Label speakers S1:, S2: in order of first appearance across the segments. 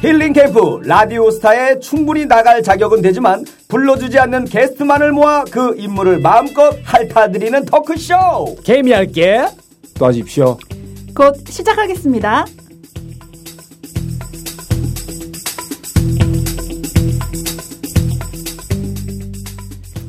S1: 힐링 캠프 라디오 스타에 충분히 나갈 자격은 되지만 불러주지 않는 게스트만을 모아 그 인물을 마음껏 핥아드리는 터크쇼.
S2: 개미할게.
S3: 놔십시오.
S4: 곧 시작하겠습니다.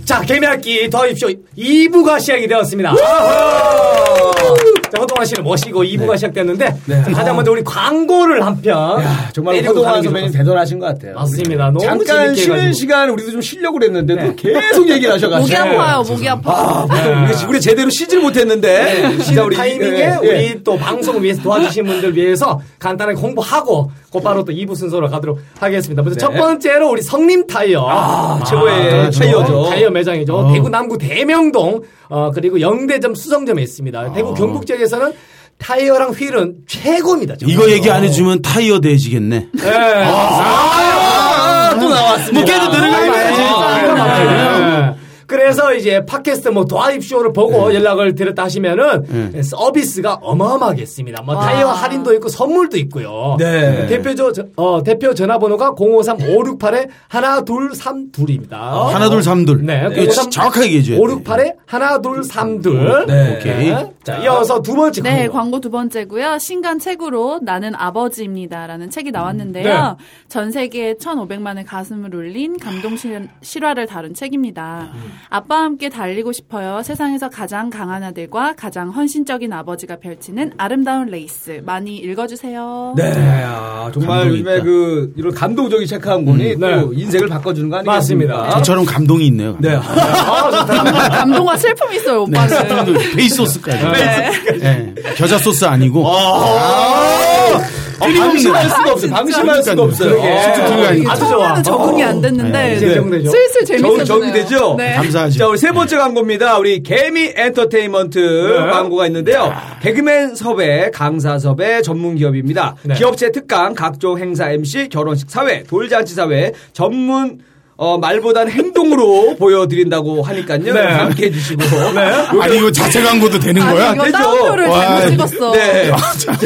S2: 자, 개미할기 더 입쇼 2부가 시작이 되었습니다. 자, 허동환 씨는 모시고
S3: 네.
S2: 2부가 시작됐는데 가장 먼저 우리 광고를 한편
S3: 아. 정말
S2: 때리고 가는
S3: 허동환
S2: 게
S3: 선배님
S2: 좋을
S3: 대단하신 것 같아요.
S2: 것 같습니다. 너무
S3: 잠깐
S2: 재밌게
S3: 쉬는
S2: 해가지고. 네.
S3: 시간 우리도 좀 쉬려고 그랬는데 또 계속 얘기를 하셔가지고.
S5: 목이 아파요, 목이 아파.
S3: 우리, 우리 제대로 쉬질 못했는데 진짜 우리
S2: 예. 타이밍에
S3: 예,
S2: 우리
S3: 예.
S2: 또 방송 위해서 도와주신 분들 위해서 간단하게 공부하고 곧바로 또 2부 순서로 가도록 하겠습니다. 먼저 첫 번째로 우리 성림 타이어.
S3: 네. 아, 최고의
S2: 그렇죠.
S3: 타이어죠.
S2: 타이어 매장이죠. 대구 남구 대명동 어, 그리고 영대점 수성점에 있습니다.
S3: 아.
S2: 대구 경북 지역에서는 타이어랑 휠은 최고입니다. 정말.
S6: 이거 얘기 안 해주면 타이어 돼지겠네.
S2: 예. 아, 또 나왔습니다.
S6: 묶여도 들어가야 되지. 아,
S2: 네. 그래서 이제 팟캐스트 뭐 도아입쇼를 보고
S6: 예.
S2: 연락을 드렸다 하시면은 서비스가 어마어마하겠습니다. 뭐 타이어 할인도 있고 선물도 있고요.
S3: 네.
S2: 대표 저, 어, 대표 전화번호가 053 568에 하나 둘삼 둘입니다.
S3: 어?
S6: 하나 둘 삼 둘.
S2: 네.
S6: 이거 진짜 정확하게 얘기해줘야 돼.
S2: 568에 하나 둘삼 둘.
S3: 네.
S6: 예. 오케이.
S2: 자, 이어서 두 번째
S5: 네,
S2: 광고.
S5: 광고 두 번째고요. 신간 책으로 나는 아버지입니다라는
S2: 음,
S5: 책이 나왔는데요.
S2: 네.
S5: 전 세계에 1,500만의 가슴을 울린 감동 실- 실화를 다룬 책입니다.
S2: 음.
S5: 아빠와 함께 달리고 싶어요. 세상에서 가장 강한 아들과 가장 헌신적인 아버지가 펼치는 아름다운 레이스. 많이 읽어주세요.
S3: 네, 아, 정말
S6: 감동이
S3: 요즘에
S6: 있다.
S3: 그 이런 감동적인 책 한 권이 또 인생을 바꿔주는 거 아니겠습니까?
S2: 음, 네. 맞습니다.
S6: 저처럼 감동이 있네요.
S3: 네, 아,
S5: 감동과 슬픔이 있어요,
S6: 네.
S5: 오빠는.
S6: 베이스 소스까지. 네. 겨자 소스 아니고.
S3: 방심할 수가 없어요. 방심할 수가 없어요.
S6: 진짜 그러니까요.
S2: 아주 좋아.
S5: 처음에는 적응이 안
S6: 네,
S5: 됐는데
S2: 이제 적응되죠.
S5: 슬슬 재밌어지네요.
S3: 적응 되죠?
S5: 네.
S6: 감사하죠.
S3: 자, 우리 세 번째 광고입니다. 우리 개미 엔터테인먼트
S6: 네.
S3: 광고가 있는데요.
S6: 아.
S3: 개그맨 섭외, 강사 섭외 전문 기업입니다.
S2: 네.
S3: 기업체 특강, 각종 행사 MC, 결혼식 사회, 돌잔치 사회 전문 어, 말보단 행동으로 보여드린다고 하니까요.
S2: 네.
S3: 함께 해주시고.
S6: 아니 이거 자체 광고도 되는
S5: 아니,
S6: 거야?
S5: 이거
S3: 되죠?
S5: 다운표를
S6: 와,
S5: 잘못 찍었어.
S3: 네.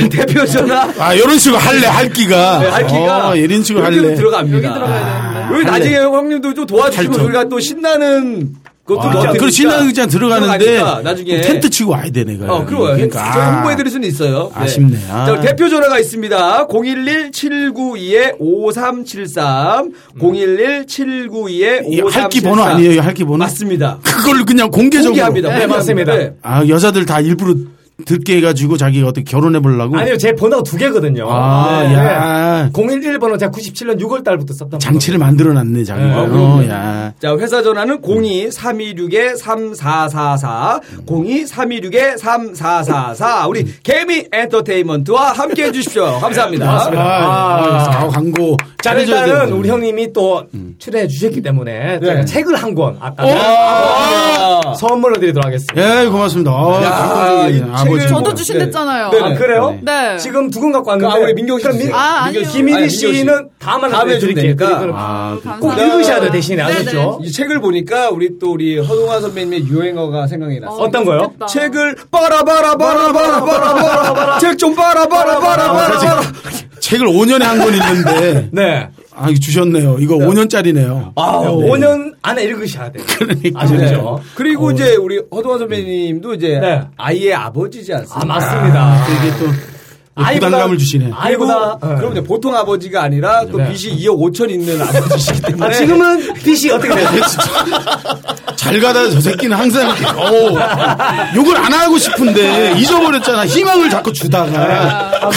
S3: 대표 전화.
S6: 아 이런 식으로 할래 할기가.
S3: 네, 할기가
S6: 어, 이런 식으로
S3: 여기로
S6: 할래.
S3: 들어갑니다.
S5: 여기 들어가야 되는데.
S3: 여기 나중에 형님도 좀 도와주시면
S6: 팔뚝.
S3: 우리가 또 신나는 것도
S6: 아,
S3: 넣어드리니까.
S6: 그리고 신나는 그냥 들어가는데
S3: 들어가니까 나중에
S6: 텐트 치고 와야 돼 내가.
S3: 어, 그러고요.
S6: 그러니까.
S3: 제가
S6: 아.
S3: 홍보해드릴 수는 있어요. 네.
S6: 아쉽네. 아.
S3: 자, 우리 대표 전화가 있습니다. 011-792-5373. 011-792-5373.
S6: 음. 이 할기 번호 아니에요, 할기 번호?
S3: 맞습니다.
S6: 그걸 그냥 공개적으로.
S3: 공개합니다.
S2: 네, 맞습니다.
S3: 네.
S6: 아 여자들 다 일부러 듣게 해가지고 자기가 어떻게 결혼해 보려고.
S2: 아니요, 제 번호가 두 개거든요.
S6: 아, 야.
S2: 011 번호 제가 97년 6월 달부터 썼던
S6: 장치를 만들어놨네 자기가. 어, 야.
S3: 자, 회사
S6: 음.
S3: 전화는 02-326-3444,
S6: 음.
S3: 02-326-3444. 우리 개미 엔터테인먼트와 함께 해주십시오. 감사합니다.
S6: 아, 아, 아, 광고.
S2: 자,
S6: 잘해줘야
S2: 일단은
S6: 되는데.
S2: 우리 형님이 또 출연해 주셨기 때문에 제가 책을 한 권 아까
S3: 아,
S2: 선물로 드리도록 하겠습니다.
S6: 예, 고맙습니다. 아,
S3: 야,
S6: 감동적이네.
S3: 이 책을
S6: 아버지.
S3: 뭐,
S5: 저도
S3: 네.
S5: 주신댔잖아요.
S2: 아, 그래요?
S5: 네.
S2: 지금 두근 갖고 왔는데.
S3: 아, 우리 민경 씨
S2: 그럼 민-
S3: 주세요.
S5: 아, 아니요.
S2: 김일희
S3: 아니, 민경 씨.
S2: 씨는 다음에
S3: 다음에 주면
S2: 드릴게요.
S3: 되니까.
S2: 그리고
S6: 아,
S2: 꼭
S5: 감사합니다.
S2: 읽으셔야 돼요,
S5: 네,
S2: 대신에. 아시죠?
S3: 이 책을 보니까 우리 또 우리 허동환 선배님의 유행어가 생각이 났어요.
S2: 어떤 거요?
S5: 좋겠다.
S3: 책을 빠라바라바라바라바라바라 책 좀
S6: 아,
S3: 빠라바라바라바라바라
S6: 그렇죠. 그 책을 5년에 한 권 있는데.
S2: 네.
S6: 아, 이거 주셨네요. 이거 5년짜리네요.
S2: 아, 5년 안에 읽으셔야 돼요. 아셨죠?
S3: 네.
S6: 어,
S3: 그리고
S6: 네.
S3: 이제 우리 허동환 선배님도 이제
S2: 네.
S3: 아이의 아버지지
S2: 아,
S3: 않습니까?
S2: 맞습니다.
S6: 이게 또
S2: 아이보다-
S6: 부담감을 주시네.
S3: 그리고
S2: 아이보다. 네.
S3: 그럼요 보통 아버지가 아니라 또
S2: 네.
S3: 빚이 2억 5천 있는 아버지시기 때문에
S2: 아, 지금은 빛이 어떻게 되세요?
S6: 잘 가다 저 새끼는 항상 이렇게, 어우, 욕을 안 하고 싶은데 잊어버렸잖아. 희망을 자꾸
S2: 아.
S6: 주다가.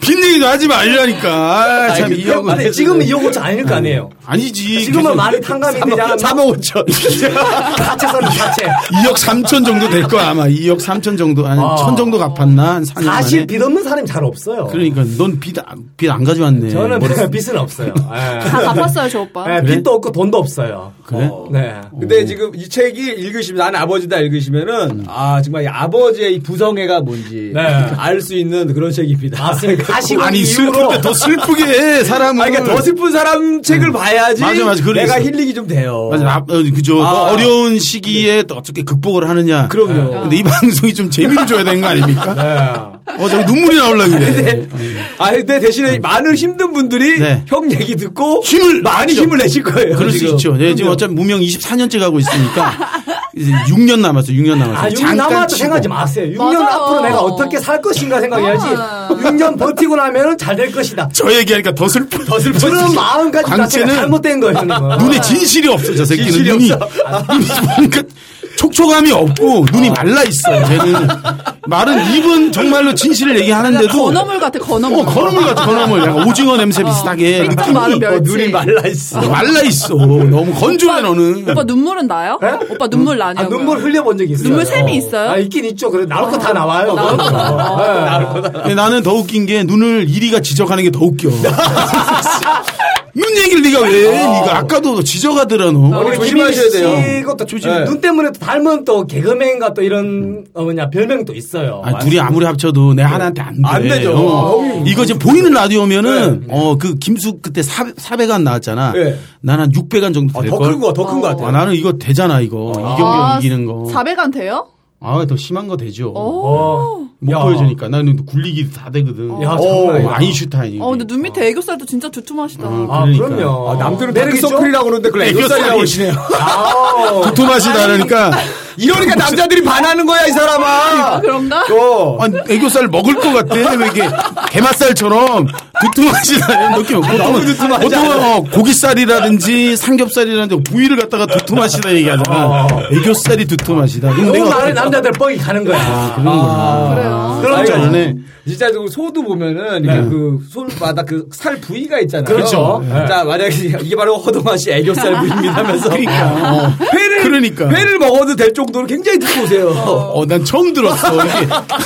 S6: 빈 얘기도 하지 말라니까. 네. 아, 참, 이
S2: 아니,
S6: 형은.
S2: 지금은 2억 5천 아닐 거 아니에요.
S6: 아니지.
S2: 지금은 많이 탕감이 되지 않았나?
S6: 3억 5천.
S2: 사채선은 사채.
S6: 2억 3천 정도 될 거야, 아마. 2억 3천 정도, 아니,
S2: 아.
S6: 1000 정도 갚았나? 한 4년
S2: 사실
S6: 만에.
S2: 빚 없는 사람이 잘 없어요.
S6: 그 그러니까 넌 빚, 안- 빚, 안 가져왔네.
S2: 저는
S6: 머리-
S2: 빚은 없어요. 예.
S5: 다 갚았어요, 저 오빠.
S2: 예, 빚도 없고 돈도 없어요.
S6: 그래?
S2: 어, 네.
S3: 근데 지금 이 책이 읽으시면 나는 아버지다
S6: 음.
S3: 읽으시면은 아 정말 이 아버지의 이 부성애가 뭔지
S2: 네.
S3: 알 수 있는 그런 책입니다.
S2: 맞습니다. 가시고
S6: 아니, 슬플
S2: 이후로
S6: 때 더 슬프게 해, 사람을.
S3: 아니, 그러니까 더 슬픈 사람 책을 봐야지
S6: 음. 맞아, 맞아. 그래
S3: 내가
S6: 있어.
S3: 힐링이 좀 돼요.
S6: 맞아, 나- 어, 그죠.
S3: 아.
S6: 더 어려운 시기에 또 어떻게 극복을 하느냐.
S3: 그럼요.
S6: 근데 이 방송이 좀 재미를 줘야 되는 거 아닙니까?
S2: 예.
S6: 어, 저기 눈물이 나올라
S2: 네.
S6: 그래.
S3: 아 근데 대신에 많은 힘든 분들이
S6: 네.
S3: 형 얘기 듣고
S6: 힘을
S3: 많이
S6: 냈죠.
S3: 힘을 내실 거예요.
S6: 그럴 수
S3: 지금.
S6: 있죠. 예, 지금 어차피 무명 24년째 가고 있으니까 이제 6년 남았어요. 6년 남았어요.
S2: 아, 6년 남아도
S6: 치고.
S2: 생각하지 마세요. 6년
S5: 맞아.
S2: 앞으로 내가 어떻게 살 것인가 생각해야지.
S5: 아.
S2: 6년 버티고 나면은 잘 될 것이다.
S6: 저 얘기하니까 더 슬퍼. 더 슬퍼.
S2: 그런 마음가짐 자체가
S6: 광채는
S2: 잘못된 거예요. 저는.
S6: 눈에 진실이 없어 저 새끼는
S3: 아. 진실이
S6: 눈이
S3: 없어. 아.
S6: 눈이 보니까 촉촉함이 없고 눈이 말라 있어. 쟤는 말은 입은 정말로 진실을 얘기하는데도
S5: 건어물 같아, 건어물.
S6: 어, 건어물 같아 건어물 약간 오징어 냄새 비슷하게
S5: 생선 아, 마른
S2: 어,
S5: 멸치.
S3: 눈이 말라 있어.
S6: 말라 있어. 너무 건조해 너는.
S5: 오빠 눈물은 나요? 오빠 눈물 나냐고.
S2: 아, 눈물 흘려본 적이 있어요.
S5: 눈물 샘이 있어요? 아,
S2: 아, 있긴 있죠. 그래 나올 거 다 나와요. 네.
S5: 나올 거 다 나와.
S6: 근데 나는 더 웃긴 게 눈을 이리가 지적하는 게 더 웃겨. 눈 얘기를 네가 왜? 네가 아까도 지적하더라 너.
S2: 우리
S3: 조심하셔야
S2: 김민희
S3: 돼요.
S2: 씨것도 조심.
S3: 네.
S2: 눈 때문에 또 닮은 또 개그맨과 또 이런 어 뭐냐 별명도 있어요.
S6: 아, 둘이 아무리 합쳐도 내 하나한테 안 돼.
S3: 네. 안 되죠.
S6: 어. 이거 지금 보이는 라디오면은 어 그 김숙 그때 4 400안 나왔잖아.
S3: 네.
S6: 나는 한 600안 정도
S3: 아,
S6: 될
S3: 더
S6: 걸.
S3: 큰 거, 더 큰 거 같아.
S6: 아, 나는 이거 되잖아 이거 이경규
S5: 아,
S6: 이기는 거.
S5: 400안 돼요?
S6: 아 더 심한 거 되죠.
S5: 오.
S2: 어.
S6: 못
S2: 야.
S6: 보여주니까 나는 굴리기도 다 되거든.
S2: 야,
S6: 오,
S2: 장난 아니다.
S6: 아인슈타인.
S5: 어, 근데 눈 밑에 애교살도 진짜 두툼하시다.
S2: 아,
S6: 그러니까.
S2: 그럼요.
S3: 아, 남들은
S2: 매력 있죠?
S3: 다크서클이라고 그러는데 그걸 애교살이라고 하시네요.
S2: 아우.
S6: 두툼하시 다르니까 그러니까.
S3: 이러니까 남자들이 반하는 거야 이 사람아.
S5: 아, 그런가?
S3: 어.
S6: 아니, 애교살 먹을 것 같아. 왜 이게 게맛살처럼 두툼하지 않아요? 느낌 보통은,
S3: 두툼하지
S6: 보통은
S3: 않아요.
S6: 어, 고깃살이라든지 삼겹살이라든지 부위를 갖다가 두툼하시다 얘기하잖아. 애교살이 두툼하시다. 그럼
S2: 너무
S6: 내가
S2: 많은 남자들 뻥이 가는 거야.
S5: 그래요.
S2: 그럼
S3: 아. 아니,
S2: 저-
S6: 전에
S3: 진짜 그 소도 보면은 이렇게 그 소마다 그 살 부위가 있잖아요.
S2: 그렇죠. 네.
S3: 자 만약에 이게 바로 허동아 씨 애교살 부위입니다면서
S6: 그러니까. 어.
S3: 회를
S6: 그러니까.
S3: 회를 먹어도 될 정도로 굉장히 두꺼우세요.
S6: 어, 난 처음 들었어. 이게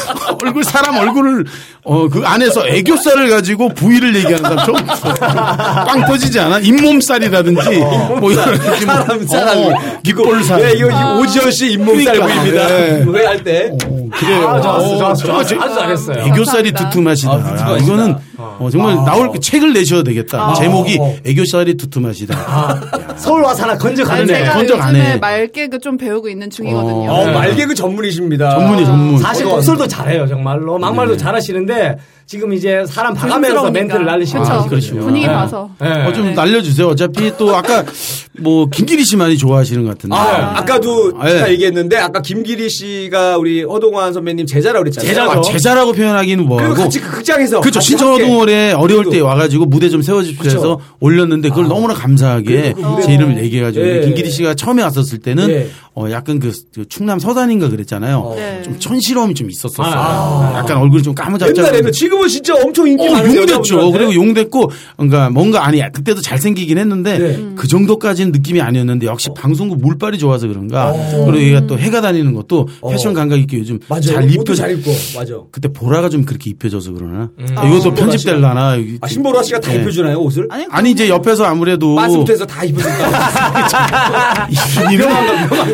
S6: 얼굴, 사람 얼굴을, 어, 그 안에서 애교살을 가지고 부위를 얘기하는 사람 처음 들었어. 빵 터지지 않아? 잇몸살이라든지, 뭐 이런 느낌.
S3: 사람 사람
S6: 어, 귓볼살.
S3: 네, 이거 이 오지현 씨 잇몸살
S6: 그러니까.
S3: 부위입니다.
S6: 네.
S3: 회할 때.
S6: 그래요.
S2: 아, 좋았어,
S6: 어,
S2: 좋았어,
S6: 정말
S2: 좋았어. 아주 잘했어요.
S6: 애교살이
S5: 감사합니다.
S6: 두툼하시다.
S3: 아, 두툼하시다.
S6: 아, 이거는 어, 정말 나올 그 책을 내셔야 되겠다. 제목이
S3: 어.
S6: 애교살이 두툼하시다.
S2: 서울 와서 하나
S5: 아니,
S2: 네, 건져가는데.
S5: 제가
S6: 건적 안 해.
S5: 요즘에 말개그 좀 배우고 있는 중이거든요.
S3: 어,
S6: 네.
S3: 말개그 전문이십니다.
S6: 전문이 전문.
S2: 사실 독설도 잘해요 정말로 막말도 잘하시는데 지금 이제 사람 봐가면서
S5: 조심스러우니까.
S2: 멘트를 날리시는
S5: 그쵸.
S6: 아, 그러시구나.
S5: 분위기
S6: 네.
S5: 봐서.
S6: 어, 좀 날려주세요. 어차피 또 아까 뭐 김기리 씨 많이 좋아하시는 것 같은데.
S3: 아, 아까도
S6: 아, 예.
S3: 제가 얘기했는데 아까 김기리 씨가 우리 허동환 선배님 제자라고 그랬잖아요.
S2: 제자죠.
S6: 아, 제자라고 표현하기는
S3: 그리고
S6: 뭐하고.
S3: 같이 그 극장에서
S6: 그렇죠.
S3: 같이
S6: 신천어동월에 어려울 때
S3: 그래도. 아,
S6: 와가지고 무대 좀 세워주십시오 해서 올렸는데 그걸 너무나 감사하게 제 이름을 얘기해가지고
S3: 예.
S6: 김기리 씨가 처음에 왔었을 때는
S3: 예. 어.
S6: 어, 약간 그, 그 충남 서단인가 그랬잖아요.
S5: 네.
S6: 좀 천실험이 좀 있었었어요. 약간 얼굴이 좀
S3: 함께.
S6: 까무잡잡.
S3: 아. 옛날에는 지금은 진짜 엄청 인기
S6: 어,
S3: 많은
S6: 용됐죠.
S3: 여자분들한테.
S6: 그리고 용됐고, 그러니까 뭔가 아니, 그때도 잘생기긴 했는데
S3: 네.
S6: 그 정도까지는 느낌이 아니었는데 역시 방송국 물빨이 좋아서 그런가. 그리고 얘가 또 해가 다니는 것도 패션 감각 있게 요즘
S3: 어. 맞아요.
S6: 잘 입혀.
S3: 옷도 잘 입고 맞아. 음.
S6: 그때 보라가 좀 그렇게 입혀져서 그러나. 이것도 편집될라나.
S3: 아, 신보라 씨가 다
S6: 네.
S3: 입혀주나요 옷을?
S5: 아니,
S6: 아니 이제 옆에서 아무래도
S3: 마스부터해서 다 입혀준다.
S6: 이분이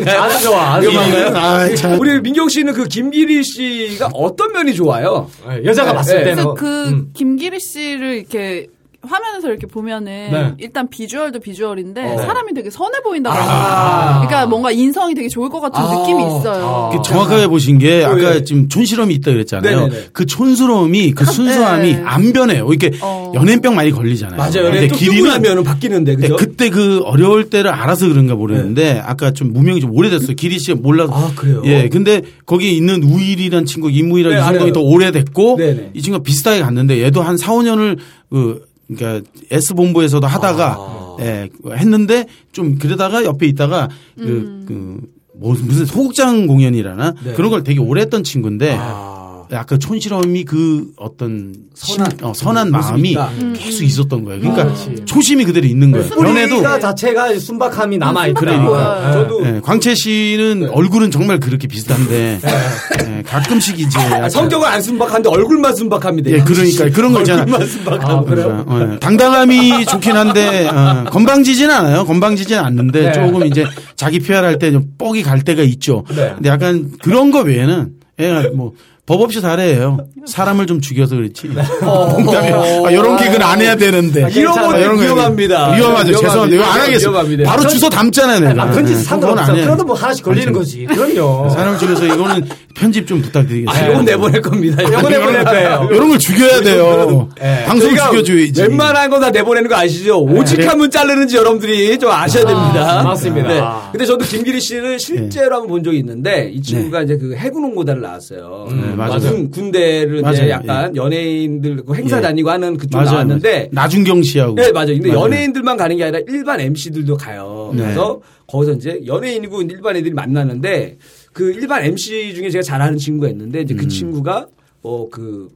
S2: 아주 좋아 아주 좋아
S6: 아, 참.
S3: 우리 민경 씨는 그 김기리 씨가 어떤 면이 좋아요?
S2: 예, 여자가 봤을
S3: 예.
S2: 때는
S5: 그래서 그
S2: 음.
S5: 김기리 씨를 이렇게 화면에서 이렇게 보면은
S2: 네.
S5: 일단 비주얼도 비주얼인데
S2: 어.
S5: 사람이 되게 선해 보인다고 아~ 그러니까 뭔가 인성이 되게 좋을 것 같은
S2: 아.
S5: 느낌이 있어요.
S6: 그 정확하게 보신 게 아까
S3: 아. 예.
S6: 지금 촌스러움이 있다 그랬잖아요.
S3: 네네네.
S6: 그 촌스러움이 그 순수함이
S5: 네.
S6: 안 변해요. 이렇게 연예병 많이 걸리잖아요.
S3: 근데 기리는 하면은 바뀌는데
S6: 네,
S3: 그죠? 네.
S6: 그때 그 어려울 때를 알아서 그런가 모르겠는데 아까 좀 무명이 좀 오래됐어요. 기리 씨가 몰라서.
S3: 아, 그래요?
S6: 예. 근데 거기 있는 우일이란 친구, 임무일이라는
S3: 네,
S6: 상동이
S3: 알아요.
S6: 더 오래됐고
S3: 네네.
S6: 이 친구가 비슷하게 갔는데 얘도 한 4, 5년을 그 그러니까 S 본부에서도 하다가
S3: 아.
S6: 예, 했는데 좀 그러다가 옆에 있다가 그, 그 뭐, 무슨 소극장 공연이라나
S3: 네.
S6: 그런 걸 되게 오래 했던 친구인데
S3: 아.
S6: 약간 촌스러움이 그 어떤 선한, 어, 선한 마음이
S3: 있다. 아,
S6: 계속 있었던 거예요. 그러니까 초심이 그대로 있는 거예요. 연애도
S2: 뿌리가 자체가 순박함이 남아 있다
S5: 그러니까.
S3: 저도
S6: 예, 광채 씨는 얼굴은 정말 그렇게 비슷한데 예, 가끔씩 이제
S3: 아,
S6: 약간-
S3: 성격은 안 순박한데 얼굴만 순박합니다.
S6: 예, 그러니까 그런 거 있잖아.
S3: 얼굴만 순박하고
S6: 아, 그래요? 예, 당당함이 좋긴 한데 어, 건방지진 않아요. 건방지진 않는데 조금 이제 자기 표현할 때 좀 뻑이 갈 때가 있죠. 근데 약간 그런 거 외에는 예, 뭐 법 없이 잘해요. 사람을 좀 죽여서 그렇지. 농담이에요. 아, 이런 개그는 안 해야 되는데.
S7: 이런
S6: 아,
S7: 거는
S6: 개그.
S7: 위험합니다.
S6: 위험하죠.
S7: 위험합니다.
S6: 죄송한데 이거 안
S7: 위험합니다.
S6: 하겠습니다. 바로 주소 담잖아요. 내가.
S2: 아, 편지
S6: 네,
S2: 상관없어.
S6: 그건 안 해요.
S2: 그래도 뭐 하나씩 걸리는 거지. 그럼요.
S6: 사람을 죽여서 이거는 편집 좀 부탁드리겠습니다.
S7: 아, 요건 내보낼 겁니다. 요건
S2: 내보낼 거예요.
S6: 아, 어. 이런 예. 그러니까 걸 죽여야 돼요. 네. 방송
S7: 저희가
S6: 죽여줘야지.
S7: 웬만한 건 다 내보내는 거 아시죠? 오직 한분 자르는지 여러분들이 좀 아셔야 됩니다.
S2: 맞습니다.
S7: 네.
S2: 아.
S7: 근데 저도 김기리 씨를
S6: 네.
S7: 실제로 한번 본 적이 있는데 이 친구가 이제 그 해군홍보단을 나왔어요.
S6: 네, 맞아요.
S7: 군- 군대를 이제
S6: 맞아요.
S7: 약간 연예인들 그 행사
S6: 예.
S7: 다니고 하는 그쪽
S6: 맞아요.
S7: 나왔는데
S6: 나준경 씨하고.
S7: 네, 맞아요. 근데
S6: 맞아요.
S7: 연예인들만 가는 게 아니라 일반 MC들도 가요.
S6: 네.
S7: 그래서 거기서 이제 연예인이고 일반 애들이 만나는데 그 일반 MC 중에 제가 잘 아는 친구가 있는데 이제 그
S6: 음.
S7: 친구가 어, 뭐그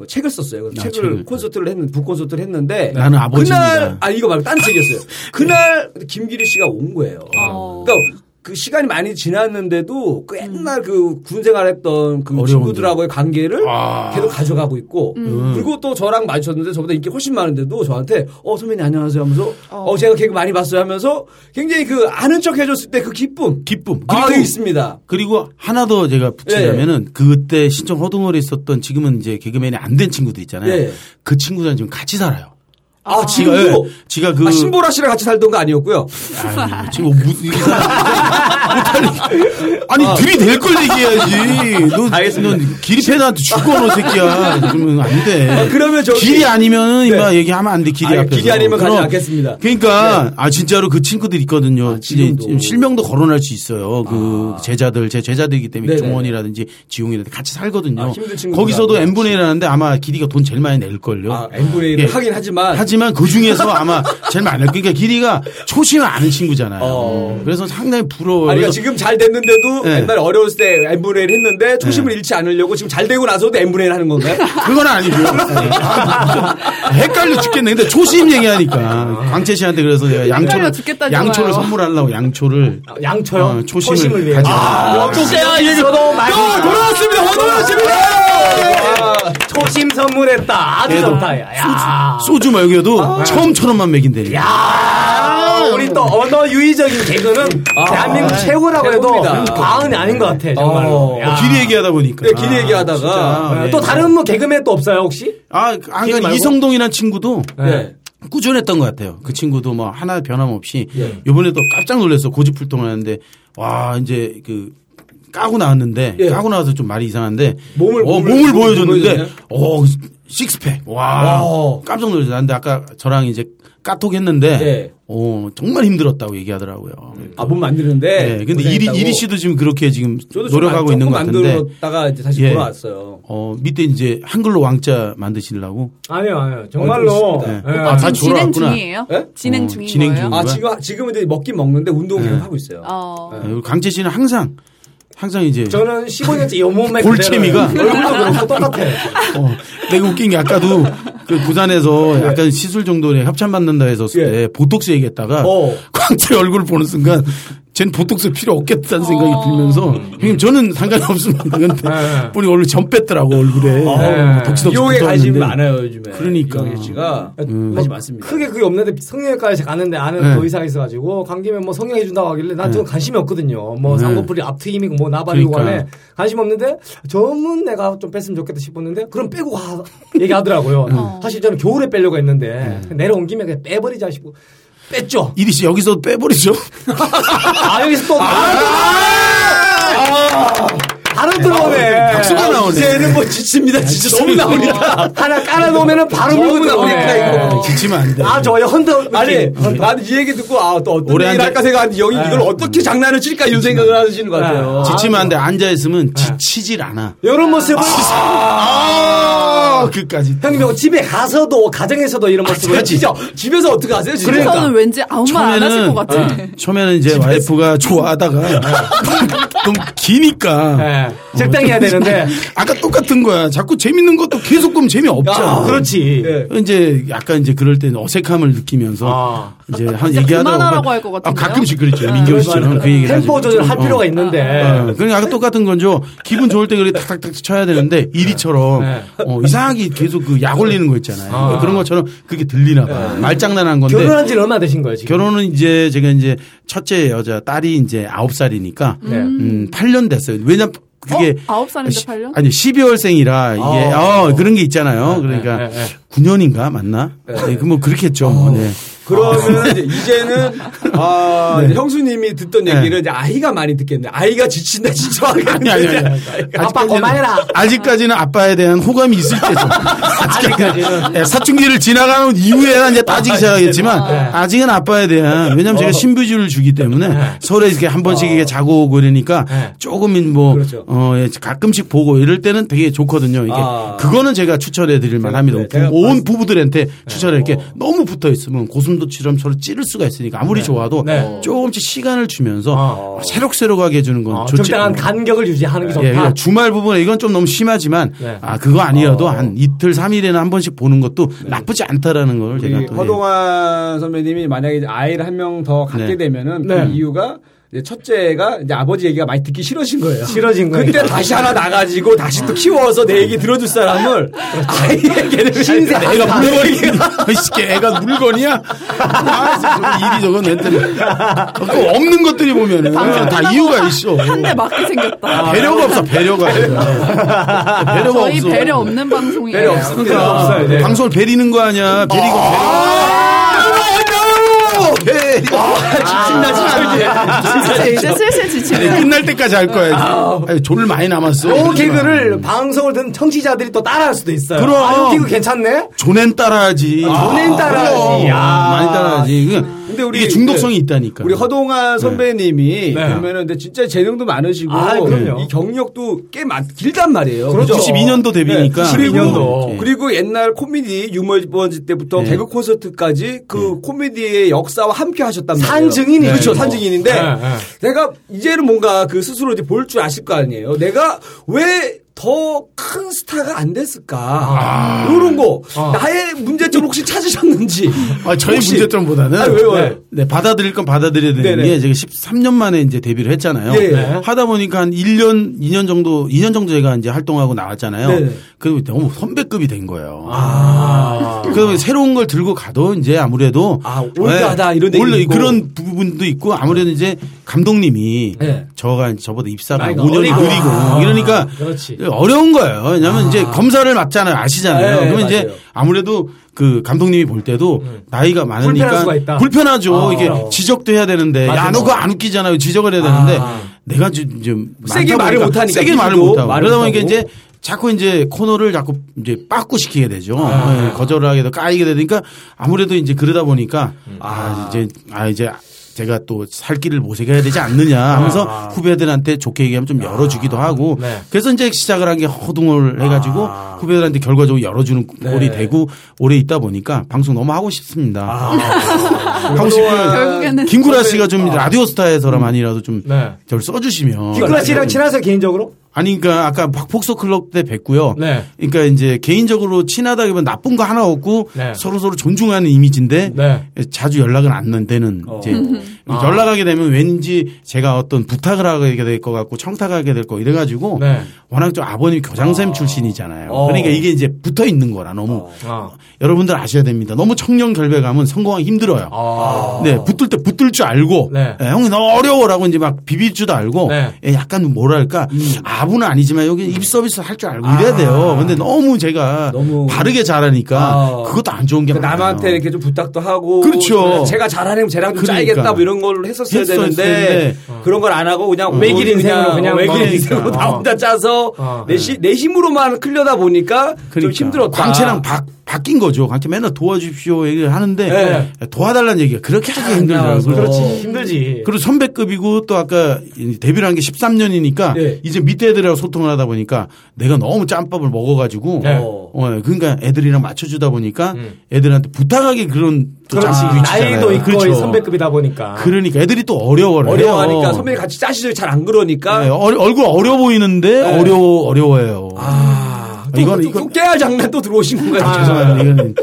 S7: 뭐 책을 썼어요. 그래서
S6: 아,
S7: 책을
S6: 책을.
S7: 콘서트를 했는 북 콘서트를 했는데
S6: 나는 아버지입니다.
S7: 그날 아 이거 말고 다른 책이었어요. 그날 김기리 씨가 온 거예요.
S5: 어.
S7: 그러니까 그 시간이 많이 지났는데도 그 옛날 그 군 생활했던 그
S6: 어려운데.
S7: 친구들하고의 관계를
S6: 아. 음.
S7: 계속 가져가고 있고 그리고 또 저랑 마주쳤는데 저보다 인기 훨씬 많은데도 저한테 어 선배님 안녕하세요 하면서 어, 제가 개그 많이 봤어요 하면서 굉장히 그 아는 척 해줬을 때 그 기쁨
S6: 기쁨.
S7: 아
S6: 그리고-
S7: 있습니다.
S6: 그리고 하나 더 제가 붙이자면은 그때 신청 허둥어리 있었던 지금은 이제 개그맨이 안 된 친구들 있잖아요.
S7: 예.
S6: 그 친구들은 지금 같이 살아요.
S7: 아 지금
S6: 지가, 예, 지가 그
S7: 아, 신보라 씨랑 같이 살던 거 아니었고요.
S6: 아유, 뭐 지금 무슨 이 사람- 아니 들이댈 걸 얘기해야지. 너, 넌 길이 패드한테 죽어 너 새끼야. 그러면 안 돼.
S7: 아, 그러면 저기-
S6: 길이 아니면은
S7: 네.
S6: 이마 얘기하면 안 돼. 길이
S7: 아니,
S6: 앞에서.
S7: 길이 아니면 가지
S6: 그럼-
S7: 않겠습니다. 네. 아,
S6: 그러니까 아 진짜로 그 친구들 있거든요. 이제
S7: 지금도. 아.
S6: 지금 실명도 거론할 수 있어요. 그 제자들 제 제자들이기 때문에
S7: 네네.
S6: 종원이라든지 지용이라든지 같이 살거든요.
S7: 아, 힘든 친구들
S6: 거기서도
S7: 많아요.
S6: n 분의 1하는데 아마 길이가 돈 제일 많이 낼 걸요.
S7: 아 N분의 1을 하긴 하지만
S6: 예. 하지만 그 중에서 아마 제일 많을 거예요. 그러니까 길이가 초심을 아는 친구잖아요. 그래서 상당히 부러워요.
S7: 아니, 그러니까
S6: 그래서
S7: 지금 잘 됐는데도
S6: 네.
S7: 옛날에 어려웠을 때 N분의 1 했는데 초심을 잃지 않으려고 지금 잘 되고 나서도 N분의 1 하는 건가요?
S6: 그건 아니고요. 네. 헷갈려 죽겠네. 근데 초심 얘기하니까 광채 씨한테 그래서 제가 양초를
S5: 헷갈려 죽겠다잖아요.
S6: 양초를 선물하려고 양초를
S2: 아, 양초요?
S6: 어, 초심을,
S2: 초심을 위해.
S6: 가지고.
S2: 아,
S7: 아,
S2: 이 저도 많이.
S7: 돌아왔습니다. 원돌아왔습니다.
S2: 네. 초심 선물했다. 아주
S6: 얘도
S2: 좋다. 야. 야.
S6: 소주 말고도 처음처럼만 먹인대요.
S2: 야. 우리 또 언어 유의적인 개그는 대한민국 최고라고 해도
S7: 최고입니다.
S2: 과언이 아닌 것 같아. 정말로. 야.
S6: 어, 뭐 길이 얘기하다 보니까.
S7: 네, 길 얘기하다가
S6: 진짜. 네.
S2: 아, 또 다른 뭐 개그맨 또 없어요 혹시?
S6: 아, 아
S2: 길이 그 말고?
S6: 이성동이란 친구도
S2: 네.
S6: 꾸준했던 것 같아요. 그 친구도 뭐 하나 변함없이
S7: 예.
S6: 요번에도 깜짝 놀라서 고집불통하는데 와 이제 그 까고 나왔는데 까고 나와서 좀 말이 이상한데
S7: 예. 몸을-
S6: 어,
S7: 몸을-
S6: 몸을
S7: 몸을
S6: 보여줬는데 어 식스팩 와
S7: 와.
S6: 깜짝 놀랐어요. 근데 아까 저랑 이제 까톡 했는데
S7: 예.
S6: 어 정말 힘들었다고 얘기하더라고요.
S7: 아, 몸 만드는데.
S6: 네, 근데 이리
S7: 고생했다고.
S6: 이리 씨도 지금 그렇게 지금
S7: 저도
S6: 노력하고 있는 것 같은데
S7: 만들었다가 이제 다시
S6: 예.
S7: 돌아왔어요.
S6: 어 밑에 이제 한글로 왕자 만드시려고
S2: 아니요 아니요 정말로.
S7: 어, 좀
S6: 있습니다.
S5: 네.
S2: 예.
S6: 아, 다
S5: 지금 진행
S6: 졸아왔구나.
S5: 중이에요?
S7: 예?
S5: 진행
S6: 어,
S5: 중인
S6: 진행
S5: 거예요?
S6: 중이에요.
S7: 아, 지금, 지금은 이제 먹긴 먹는데 운동
S6: 예.
S7: 계속 하고 있어요.
S5: 어.
S6: 어, 강재 씨는 항상 항상 이제
S2: 저는 15년째 이 몸매
S6: 골체미가?
S2: 그대로예요. 얼굴도 그렇고 똑같아요.
S6: 어, 내가 웃긴 게 아까도 그 부산에서 약간 시술 정도에 협찬 받는다 해서
S7: 예.
S6: 보톡스 얘기했다가
S7: 어.
S6: 광채 얼굴 보는 순간 쟨 보톡스 필요 없겠다는 생각이
S5: 어.
S6: 들면서 형님 저는 상관이 없습니다. 근데
S2: 네.
S6: 우리 얼굴 점 뺐더라고 얼굴에
S2: 네.
S6: 독시독시
S7: 어. 예. 이용에 관심이
S6: 예. 붙어왔는데.
S7: 많아요, 요즘에.
S6: 그러니까.
S7: 이용일 씨가
S2: 뭐
S7: 관심 많습니다.
S2: 크게 그게 없는데 성형외과에 갔는데 아는
S6: 네.
S2: 더 의사가 있어가지고 간 김에 뭐 성형해 준다고 하길래 난 좀 관심이 없거든요. 뭐 쌍꺼풀이 앞트임이고 뭐 나발이고
S6: 그러니까.
S2: 간에 관심 없는데 점은 내가 좀 뺐으면 좋겠다 싶었는데 그럼 빼고 가 얘기하더라고요. 사실 저는 겨울에 빼려고 했는데 내려온 김에 그냥 빼버리자 싶고 뺐죠.
S6: 이리 씨 여기서 빼버리죠.
S2: 아 여기서 또 바로 들어오네. 아!
S6: 박수가 나오네.
S7: 이제는 뭐 지칩니다. 진짜 너무 나오니까.
S2: 하나 깔아놓으면 바로
S7: 너무
S2: 물고
S7: 나오니까,
S2: 들어오네.
S7: 이거.
S6: 지치면 안 돼.
S2: 아 저요 헌터
S7: 아니, 나는 이 얘기 듣고, 아, 또 어떤
S6: 올해
S7: 얘기를
S6: 한
S7: 할까 생각하는데, 여기 이걸 어떻게 장난을 칠까 이런 생각을 하시는 것 같아요.
S6: 지치면 안 돼. 앉아
S2: 네.
S6: 있으면 지치질 않아.
S2: 이런 모습을
S6: 아, 그까지.
S2: 형님 이거 집에 가서도 가정에서도
S6: 아,
S2: 이런 모습을
S7: 진짜 집에서 어떻게 하세요, 진짜?
S6: 그러니까
S5: 그래서 저는 왠지 아무 말 안 하실 것 같아.
S6: 어, 처음에는 이제 와이프가 좋아하다가
S2: 네.
S6: 좀 기니까
S2: 예, 적당히 해야
S6: 좀
S2: 되는데.
S6: 아까 똑같은 거야. 자꾸 재밌는 것도 계속 보면 재미 없잖아.
S2: 아, 그렇지.
S7: 예.
S6: 이제 약간 이제 그럴 때는 어색함을 느끼면서
S2: 아.
S6: 이제 한
S5: 진짜
S6: 얘기하다가
S5: 그만하라고
S6: 뭔가-
S5: 할것 같은데요? 네.
S6: 아, 가끔씩 그랬죠. 민경 씨처럼 그 얘기를
S2: 템포
S6: 하죠.
S2: 조절할
S6: 좀,
S2: 필요가
S6: 어.
S2: 있는데.
S6: 어, 그러니까 아까 똑같은 건죠. 기분 좋을 때 그렇게 탁탁탁 쳐야 되는데 이리처럼
S2: 네.
S6: 어, 이상하게 계속 그 약 올리는 거 있잖아요. 그러니까
S2: 아. 네.
S6: 그런 것처럼 그게 들리나 봐. 말장난한 건데
S2: 결혼한 지는 얼마나 되신 거예요 지금?
S6: 결혼은 이제 제가 이제 첫째 여자 딸이 이제 아홉 살이니까
S2: 네.
S6: 음, 8년 됐어요. 왜냐 그게
S5: 어? 아홉 살인데
S6: 시-
S5: 팔려?
S6: 아니 12월생이라 이게
S2: 아.
S6: 어, 그런 게 있잖아요. 그러니까
S2: 네, 어. 네.
S6: 9년인가 맞나? 네, 그 뭐 그렇겠죠. 뭐. 네.
S3: 그러면 이제 이제는 아, 이제 형수님이 듣던
S6: 네.
S3: 얘기를 이제 아이가 많이 듣겠네. 아이가 지친다 지쳐.
S6: 아니 아니 아니.
S2: 아빠 고마해라.
S6: 아직까지는 아빠에 대한 호감이 있을 때죠. 아직까지는 네, 사춘기를 지나가는 이후에는 이제 따지기 시작하겠지만 아직은 아빠에 대한 왜냐면 제가 신부주를 주기 때문에 서로 이렇게 한 번씩 이게 자고 오고 그러니까 조금은 뭐
S3: 그렇죠.
S6: 어, 예, 가끔씩 보고 이럴 때는 되게 좋거든요. 이게
S3: 아.
S6: 그거는 제가 추천해 드릴 만합니다.
S3: 네, 제가
S6: 부- 온 부부들한테 추천해 이렇게 너무 붙어 있으면 고슴도치처럼 서로 찌를 수가 있으니까 아무리 좋아도
S2: 네.
S6: 조금씩 시간을 주면서
S2: 아.
S6: 새록새록하게 해주는 건
S2: 어,
S6: 좋지.
S2: 적당한 간격을 유지하는 게
S6: 예,
S2: 좋다.
S6: 그러니까 주말 부분에 이건 좀 너무 심하지만
S2: 네.
S6: 아 그거 아니어도 한 이틀 삼일에는한 번씩 보는 것도 나쁘지 않다라는 걸 제가
S7: 우리
S6: 또
S7: 허동환 선배님이 만약에 이제 아이를 한 명 더 갖게
S6: 네.
S7: 되면은 그
S2: 네.
S7: 이유가 이제 첫째가 이제 아버지 얘기가 많이 듣기 싫어진 거예요.
S2: 싫어진 거예요.
S3: 그때 다시 하나 나가지고 다시 또 키워서 내 얘기 들어줄 사람을
S6: 그렇죠.
S3: 아이에게는 신세
S6: 애가 그러니까 물건이야. 이새끼 애가 물건이야. 아, 진짜 저거 일이 저건 멘트는 그거 없는 것들이 보면은 다 이유가 있어. 아,
S5: 한 대 맞게 생겼다.
S6: 배려가 없어 배려가. 배려가
S5: 저희
S6: 없어.
S5: 배려 없는 방송이에요.
S2: 예,
S3: 배려 없습니다.
S6: 아,
S2: 없어요. 네.
S6: 방송을 베리는 거 아니야. 베리고 베리.
S3: 신나 지쳐 이제.
S5: 진짜 이제 슬슬 지치네.
S6: 끝날 때까지 할 거야. 이제. 아니, 졸 많이 남았어.
S2: 요 개그를 방송을 듣는 청취자들이 또 따라할 수도 있어요.
S6: 그럼.
S2: 아, 요 개그 괜찮네.
S6: 조낸 따라하지.
S2: 조낸 따라하지.
S6: 그럼.
S2: 야.
S6: 많이 따라하지. 그냥
S7: 근데 우리
S6: 이게 중독성이 있다니까.
S7: 네, 우리 허동환 선배님이
S2: 네.
S7: 보면은 근데 진짜 재능도 많으시고
S2: 아, 그럼요.
S7: 이 경력도 꽤 많, 길단 말이에요.
S2: 그렇죠.
S6: 92년도 데뷔니까.
S7: 네, 92
S2: 년도.
S6: 그러니까 이렇게.
S7: 그리고 옛날 코미디 유머 번지 때부터
S6: 네.
S7: 개그 콘서트까지 그 코미디의 역사와 함께 하셨단 말이에요.
S2: 산증인이.
S7: 그렇죠.
S2: 네.
S7: 산증인인데
S2: 네, 네.
S7: 내가 이제는 뭔가 그 스스로 이제 볼 줄 아실 거 아니에요. 내가 왜 더 큰 스타가 안 됐을까? 이런 거 나의 문제점 혹시 찾으셨는지.
S6: 아, 저희
S7: 혹시-
S6: 문제점보다는.
S7: 아니, 왜요? 왜요?
S6: 네, 받아들일 건 받아들여야 되는
S7: 네네.
S6: 게 제가 13년 만에 이제 데뷔를 했잖아요. 네.
S7: 예, 예.
S6: 하다 보니까 한 1년, 2년 정도, 2년 정도 제가 이제 활동하고 나왔잖아요.
S7: 네네. 아.
S6: 그리고 너무 선배급이 된 거예요. 그래서 새로운 걸 들고 가도 이제 아무래도 예,
S7: 아, 올드하다 이런 얘기
S6: 올드-
S7: 있고.
S6: 그런 부분도 있고 아무래도 이제 감독님이
S7: 네.
S6: 저가 저보다 입사를
S2: 나이가
S6: 5년
S2: 어리고.
S6: 느리고
S2: 아,
S6: 이러니까
S2: 그렇지.
S6: 어려운 거예요. 왜냐하면 이제 검사를 맞잖아요, 아시잖아요.
S7: 네,
S6: 그러면 이제
S7: 맞아요. 음.
S6: 아무래도 그 감독님이 볼 때도 나이가 많으니까
S2: 불편할 수가 있다.
S6: 불편하죠.
S2: 아,
S6: 이게
S2: 그럼.
S6: 지적도 해야 되는데 야 너 그거 안 웃기잖아요. 지적을 해야 되는데 내가 좀, 좀
S7: 세게
S6: 많다
S7: 말을
S6: 보니까
S7: 못하니까
S6: 세게 말을
S7: 비도
S6: 못하고
S7: 말을
S6: 그러다 보니까
S7: 못하고.
S6: 이제 자꾸 이제 코너를 자꾸 이제 빠꾸 시키게 되죠.
S2: 아.
S6: 예, 거절을 하게 되고 까이게 되니까 아무래도 이제 그러다 보니까
S2: 음.
S6: 아, 이제 아 이제 제가 또 살 길을 모색해야 되지 않느냐 하면서 후배들한테 좋게 얘기하면 좀 열어주기도 하고
S2: 아. 네. 아.
S6: 그래서 이제 시작을 한 게 허둥을 해가지고 후배들한테 결과적으로 열어주는
S2: 네.
S6: 꼴이 되고 오래 있다 보니까 방송 너무 하고 싶습니다.
S2: 아.
S6: 하고 싶으면
S5: 결국에는
S6: 김구라 씨가 좀 라디오스타에서라만이라도 좀
S2: 네.
S6: 저를 써주시면
S2: 김구라 씨랑 친하세요 개인적으로?
S6: 아니, 그러니까 아까 박- 폭소 클럽 때 뵀고요.
S2: 네.
S6: 그러니까 이제 개인적으로 친하다기보다 나쁜 거 하나 없고
S2: 네.
S6: 서로 서로 존중하는 이미지인데
S2: 네. 어. 아.
S6: 자주 연락은 안 되는 이제 연락하게 되면 왠지 제가 어떤 부탁을 하게 될 것 같고 청탁하게 될 거 이래가지고
S2: 네.
S6: 워낙 좀 아버님이 교장쌤 출신이잖아요.
S2: 어.
S6: 그러니까 이게 이제 붙어 있는 거라 너무
S2: 아.
S6: 여러분들 아셔야 됩니다. 너무 청년 결백하면 성공하기 힘들어요.
S2: 아.
S6: 네, 붙을 때 붙을 줄 알고,
S2: 네.
S6: 예, 형이 너무 어려워라고 이제 막 비빌 줄도 알고,
S2: 네.
S6: 예, 약간 뭐랄까, 아부는 아니지만 여기 입서비스 할 줄 알고 이래야 돼요. 근데 너무 제가
S7: 너무
S6: 바르게 잘하니까
S7: 아.
S6: 그것도 안 좋은 게 많아요.
S7: 남한테 이렇게 좀 부탁도 하고
S6: 그렇죠.
S7: 제가 잘하는 거 쟤랑 좀
S6: 그러니까.
S7: 짜야겠다 뭐 이런 걸로 했었어야
S6: 했었어야
S7: 되는데
S6: 되는데.
S7: 그런 걸 안 하고 그냥
S2: 외길
S7: 어디
S2: 인생으로 그냥
S7: 외길
S2: 뭐.
S7: 인생으로 나
S2: 어.
S7: 혼자 짜서
S2: 어,
S7: 내,
S2: 네.
S7: 시- 내 힘으로만 클려다 보니까 좀 힘들었다.
S6: 그러니까. 광채랑 바, 바뀐 거죠. 광채 맨날 도와주십시오 얘기를 하는데 도와달라는 얘기가 그렇게 하기 힘들더라고요.
S2: 그렇지 힘들지.
S6: 그리고 선배급이고 또 아까 이 데뷔를 한 게 13년이니까
S7: 네.
S6: 이제 밑에 애들하고 소통을 하다 보니까 내가 너무 짬밥을 먹어가지고
S2: 네.
S6: 어, 그러니까 애들이랑 맞춰주다 보니까 애들한테 부탁하기 그런 또
S2: 그렇지
S6: 짬밥 위치잖아요.
S2: 나이도 있고
S6: 그렇죠.
S2: 선배급이다 보니까.
S6: 그러니까 애들이 또 어려워요.
S7: 아. 어려워하니까 선배님 같이 짜시죠. 잘 안 그러니까
S6: 네, 어려- 얼굴 어려 보이는데
S7: 네.
S6: 어려워 어려워해요.
S7: 아. 또,
S6: 이건-
S7: 또, 또
S6: 이건-
S7: 깨알 장난 또 들어오신 건가요?
S2: 아,
S6: 죄송합니다. 이거는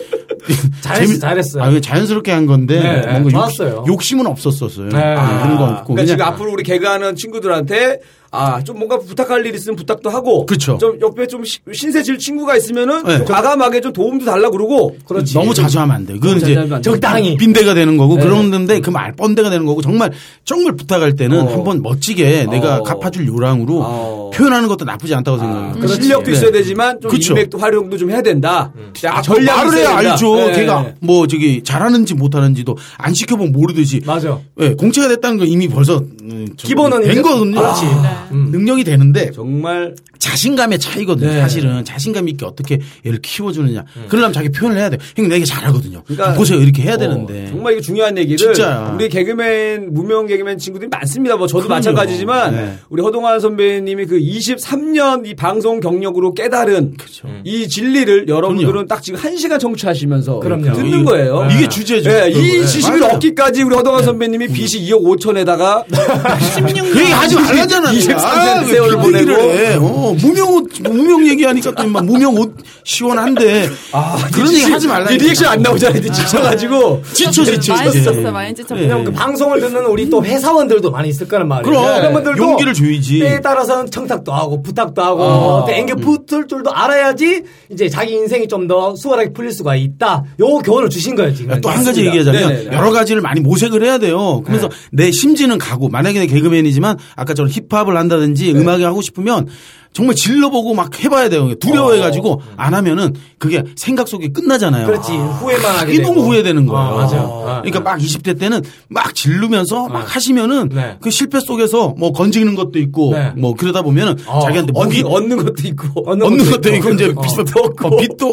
S2: 잘했어, 잘했어요.
S6: 아, 이거 자연스럽게 한 건데
S2: 네, 네,
S6: 뭔가
S2: 좋았어요.
S6: 욕심, 욕심은 없었었어요.
S2: 네.
S6: 네, 그런 거 없고
S7: 그러니까 지금
S6: 그냥
S7: 앞으로 우리 개그하는 친구들한테 아 좀 뭔가 부탁할 일 있으면 부탁도 하고
S6: 그쵸.
S7: 좀 옆에 좀 시- 신세 질 친구가 있으면은
S6: 네.
S7: 좀 과감하게 좀 도움도 달라 그러고
S6: 너무 자주 하면 안 돼. 그건 이제
S7: 자주 하면 안 네. 돼.
S2: 적당히.
S6: 빈대가 되는 거고 그러는데 그 말 뻔대가 되는 거고 정말 정말 부탁할 때는 한번 멋지게 내가 갚아줄 요랑으로
S7: 어.
S6: 표현하는 것도 나쁘지 않다고 생각해요.
S7: 그러니까 실력도 있어야 되지만 좀
S6: 그쵸.
S7: 인맥도 활용도 좀 해야 된다. 자,
S6: 전략 아, 말을 해야
S7: 있어야 된다.
S6: 알죠.
S7: 네.
S6: 걔가 뭐 저기 잘하는지 못하는지도 안 시켜보면 모르듯이.
S2: 맞아.
S6: 예, 공채가 됐다는 건 이미 벌써 음, 좀
S2: 기본은
S6: 된 거거든요. 아,
S7: 네.
S6: 음. 능력이 되는데
S7: 정말
S6: 자신감의 차이거든요.
S7: 네.
S6: 사실은 자신감 있게 어떻게 얘를 키워주느냐. 그러려면 자기 표현을 해야 돼요. 형, 나 이게 잘하거든요.
S7: 음. 그러니까
S6: 보세요. 이렇게 해야
S7: 어,
S6: 되는데.
S7: 정말 이게 중요한 얘기를
S6: 네. 진짜야.
S7: 우리 개그맨 무명 개그맨 친구들이 많습니다. 뭐 저도
S6: 그럼요.
S7: 마찬가지지만
S6: 네.
S7: 우리 허동환 선배님이 그 23년 이 방송 경력으로 깨달은 음. 이 진리를 여러분들은
S6: 그렇죠. 그럼요.
S7: 딱 지금 한 시간 청취하시면서
S2: 그럼요.
S7: 듣는
S6: 이게-
S7: 거예요.
S6: 이게 주제죠.
S7: 예,
S6: 그리고, 예,
S7: 이 지식을
S6: 맞아요. 네.
S7: 얻기까지 우리 허동환 선배님이 빚이 2억 5천에다가
S6: 그 얘기 하지 말라잖아.
S7: 23년
S6: 왜
S7: 세월을
S6: 그런 얘기를
S7: 보내고.
S6: 해. 어, 무명 옷, 무명 얘기하니까 또 막 무명 옷 시원한데. 그런 얘기 하지 말라.
S7: 이 아, 리액션 아, 안 나오잖아요. 이제 지쳐가지고
S6: 지쳐, 지쳐.
S5: 많이
S6: 이제.
S5: 지쳤어, 많이 지쳤어.
S6: 예.
S2: 그 방송을 듣는 우리 또 회사원들도 많이 있을 거란 말이에요.
S6: 그럼
S2: 회사원들도
S6: 네.
S2: 네.
S6: 용기를 줘야지.
S2: 때에 따라서는 청탁도 하고 부탁도 하고 또 앵겨 붙을 줄도 알아야지 이제 자기 인생이 좀 더 수월하게 풀릴 수가 있다. 요 교훈을 주신 거예요 지금.
S6: 또 한 가지 얘기하자면
S2: 네,
S6: 여러 가지를 많이 모색을 해야 돼요. 그래서 내 심지는 가고 만약에 내 개그맨이지만 아까처럼 힙합을 한다든지
S2: 네.
S6: 음악이 하고 싶으면 정말 질러보고 막 해봐야 돼요. 두려워해가지고 안 하면은 그게 생각 속에 끝나잖아요.
S2: 어. 그렇지 후회만 하게
S6: 그게
S2: 되고.
S6: 너무 후회되는 거예요.
S2: 아, 맞아요. 아.
S6: 그러니까 막 20대 때는 막 질르면서 막 하시면은
S2: 네.
S6: 그 실패 속에서 뭐 건지는 것도 있고
S2: 네.
S6: 뭐 그러다 보면은
S2: 어.
S6: 자기한테 무기
S7: 얻는, 얻는 것도 있고
S6: 얻는 것도 있고 이제 빚도 없고 어. 빚도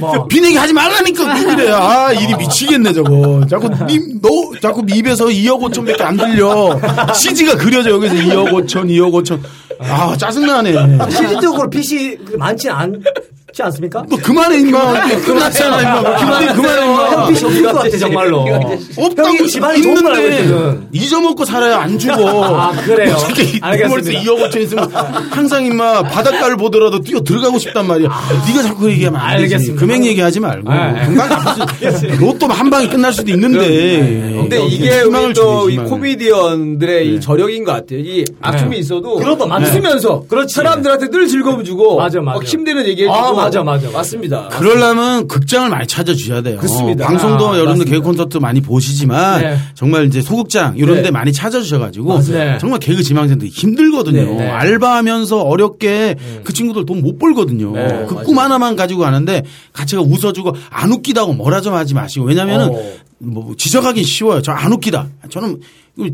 S6: 어.
S2: 뭐.
S6: 빚 얘기 하지 말라니까 왜 그래 아 일이 미치겠네 저거 자꾸 님너 자꾸 입에서 2억 5천밖에 안 들려 CG가 그려져 여기서 2억 5천 2억 5천 아 짜증나네
S2: 실질적으로 빚이 많지 않지 않습니까?
S6: 너뭐 그만해 임마 끝났잖아 임마 그만해 그만해 임마
S2: 형 빚이 어. 없을 것 같아 정말로.
S6: 없다고
S2: 형이 집안이 좋은 걸 알고 있거든.
S6: 잊어먹고 살아야 안 죽어. 뭐
S2: 아, 그래요? 알겠습니다.
S6: 알겠습니다. 2억 5천 있으면 항상 임마 바닷가를 보더라도 뛰어 들어가고 싶단 말이야. 네가 자꾸 그 얘기하면 안 되지.
S2: 알겠습니다. 아,
S6: 금액 얘기하지 말고. 금방 갚을 수- 로또 한 방에 끝날 수도
S2: 예,
S6: 있는데.
S7: 근데
S6: 어떻게
S7: 이게
S6: 희망을
S7: 우리 또
S6: 주지,
S7: 이
S6: 희망을.
S7: 코미디언들의 이 저력인 것 같아요. 이 아픔이 있어도
S2: 예. 그것도 맞아요.
S7: 웃으면서 그렇지. 사람들한테 늘 즐거움 주고
S2: 맞아, 맞아.
S7: 막 힘드는 얘기해주고
S2: 아, 맞아, 맞아, 맞아.
S7: 맞습니다.
S6: 그러려면 극장을 많이 찾아주셔야 돼요.
S7: 그렇습니다. 아,
S6: 방송도 여러분들 개그 콘서트 많이 보시지만
S2: 네.
S6: 정말 이제 소극장 이런
S7: 네.
S6: 데 많이 찾아주셔가지고
S2: 맞아요.
S6: 정말 개그 지망생들 힘들거든요.
S2: 네, 네.
S6: 알바하면서 어렵게 그 친구들 돈 못 벌거든요.
S7: 음. 네,
S6: 그 꿈 하나만 가지고 가는데 같이 가 웃어주고 안 웃기다고 뭐라 좀 하지 마시고 왜냐면은
S7: 어.
S6: 뭐 지적하기 쉬워요. 저 안 웃기다. 저는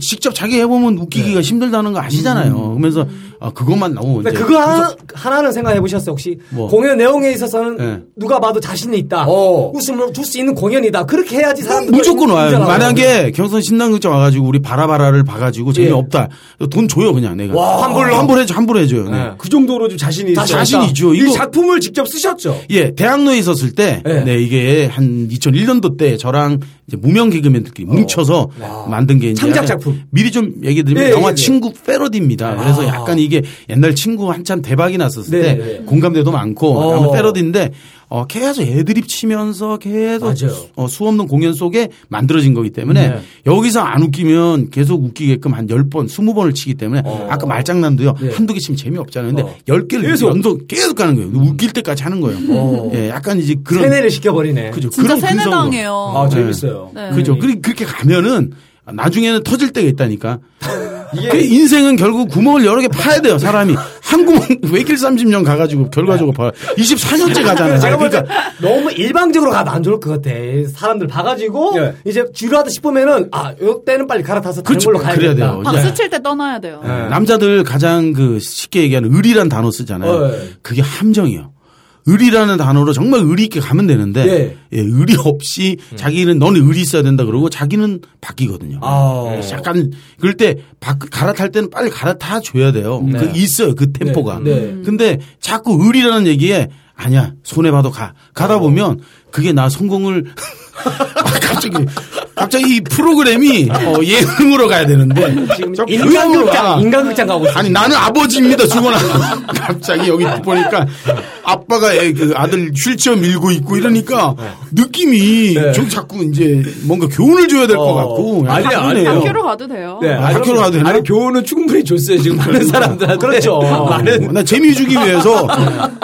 S6: 직접 자기 해보면
S7: 네.
S6: 웃기기가 힘들다는 거 아시잖아요.
S7: 음.
S6: 그러면서 아, 그것만 나오고
S2: 근데
S6: 이제
S2: 그러니까 그거 하나, 하나는 생각해 보셨어요 혹시
S6: 뭐?
S2: 공연 내용에 있어서는
S6: 네.
S2: 누가 봐도 자신이 있다
S7: 어.
S2: 웃음을 줄 수 있는 공연이다 그렇게 해야지 사람들
S6: 음, 무조건 와요. 만약에 경선 신당극장 와가지고 우리 바라바라를 봐가지고 재미없다. 돈 줘요 그냥 내가.
S7: 예. 와, 환불로?
S6: 환불해줘 환불해줘요. 네.
S7: 그 정도로 좀 자신이 있어요.
S6: 자신이죠.
S7: 이
S6: 이거-
S7: 작품을 직접 쓰셨죠.
S6: 예, 대학로에 있었을 때,
S7: 예.
S6: 네, 이게 한 2001년도 때 저랑 이제 무명 개그맨들끼리 뭉쳐서 만든 게 이제
S7: 창작
S6: 약간
S7: 작품.
S6: 미리 좀 얘기 드리면
S7: 예,
S6: 영화
S7: 예, 예.
S6: 친구 패러디입니다. 그래서 약간 이게 옛날 친구 한참 대박이 났었을
S7: 아. 네,
S6: 때
S7: 네.
S6: 공감대도 많고
S7: 어.
S6: 아무 패러디인데 어, 계속 애드립 치면서 계속
S7: 맞아요. 네.
S6: 어, 수없는 공연 속에 만들어진 거기 때문에 여기서 안 웃기면 계속 웃기게끔 한 10번, 20번을 치기 때문에 아까 말장난도요. 한두 개 치면 재미없잖아요. 근데 열 10개를
S7: 어. 네. 계속. 어.
S6: 연속 계속 가는 거예요. 웃길 때까지 하는 거예요. 예, 약간 이제 그런
S2: 세뇌를 시켜버리네
S6: 그죠.
S5: 진짜
S6: 그런 근성으로.
S5: 세뇌당해요.
S7: 아 재밌어요.
S5: 네.
S6: 그죠. 그리- 그렇게 가면은 나중에는 터질 때가 있다니까.
S7: 이게-
S6: 그 인생은 결국 구멍을 여러 개 파야 돼요, 사람이. 한 구멍, 외길 30년 가가지고 결과적으로 봐. 24년째 가잖아요.
S2: 제가 볼때
S6: 그러니까
S2: 너무 일방적으로 가면 안 좋을 것 같아 사람들 봐가지고
S7: 예.
S2: 이제 지루하다 싶으면은 아 이때는 빨리 갈아타서 다른
S6: 그렇죠.
S2: 걸로 가야
S6: 그래야
S2: 되겠다.
S6: 돼요.
S5: 박수 칠 때 떠나야
S7: 그렇죠.
S5: 돼요.
S6: 네.
S7: 네.
S6: 남자들 가장 그 쉽게 얘기하는 을이란 단어 쓰잖아요.
S7: 어, 예.
S6: 그게 함정이에요. 을이라는 단어로 정말 의리 있게 가면 되는데
S7: 예.
S6: 예, 의리 없이 자기는 너는 의리 있어야 된다 그러고 자기는 바뀌거든요.
S7: 아.
S6: 그래서 약간 그럴 때 바- 갈아탈 때는 빨리 갈아타 줘야 돼요. 그 있어요 그 템포가.
S7: 네, 네.
S6: 근데 자꾸 의리라는 얘기에 아니야 손해 봐도 가
S7: 어.
S6: 가다 보면 그게 나 성공을 갑자기 갑자기 이 프로그램이 어, 예능으로 가야 되는데 자꾸 의향으로 가.
S2: 인간극장 인간극장 가고 있어.
S6: 아니 나는 아버지입니다 죽어나 갑자기 여기 보니까 아빠가 애, 그 아들 휠체어 밀고 있고 이러니까 느낌이 좀 자꾸 이제 뭔가 교훈을 줘야 될 것
S7: 네. 어.
S6: 같고 약간
S7: 아니야, 아니야.
S6: 그러네요.
S5: 학교로 가도 돼요.
S6: 예.
S7: 네, 아니,
S6: 학교로 가도 되나?
S7: 아니 교훈은 충분히 줬어요 지금 많은 사람들한테.
S2: 그렇죠.
S7: 많은
S6: 어, 나 재미 주기 위해서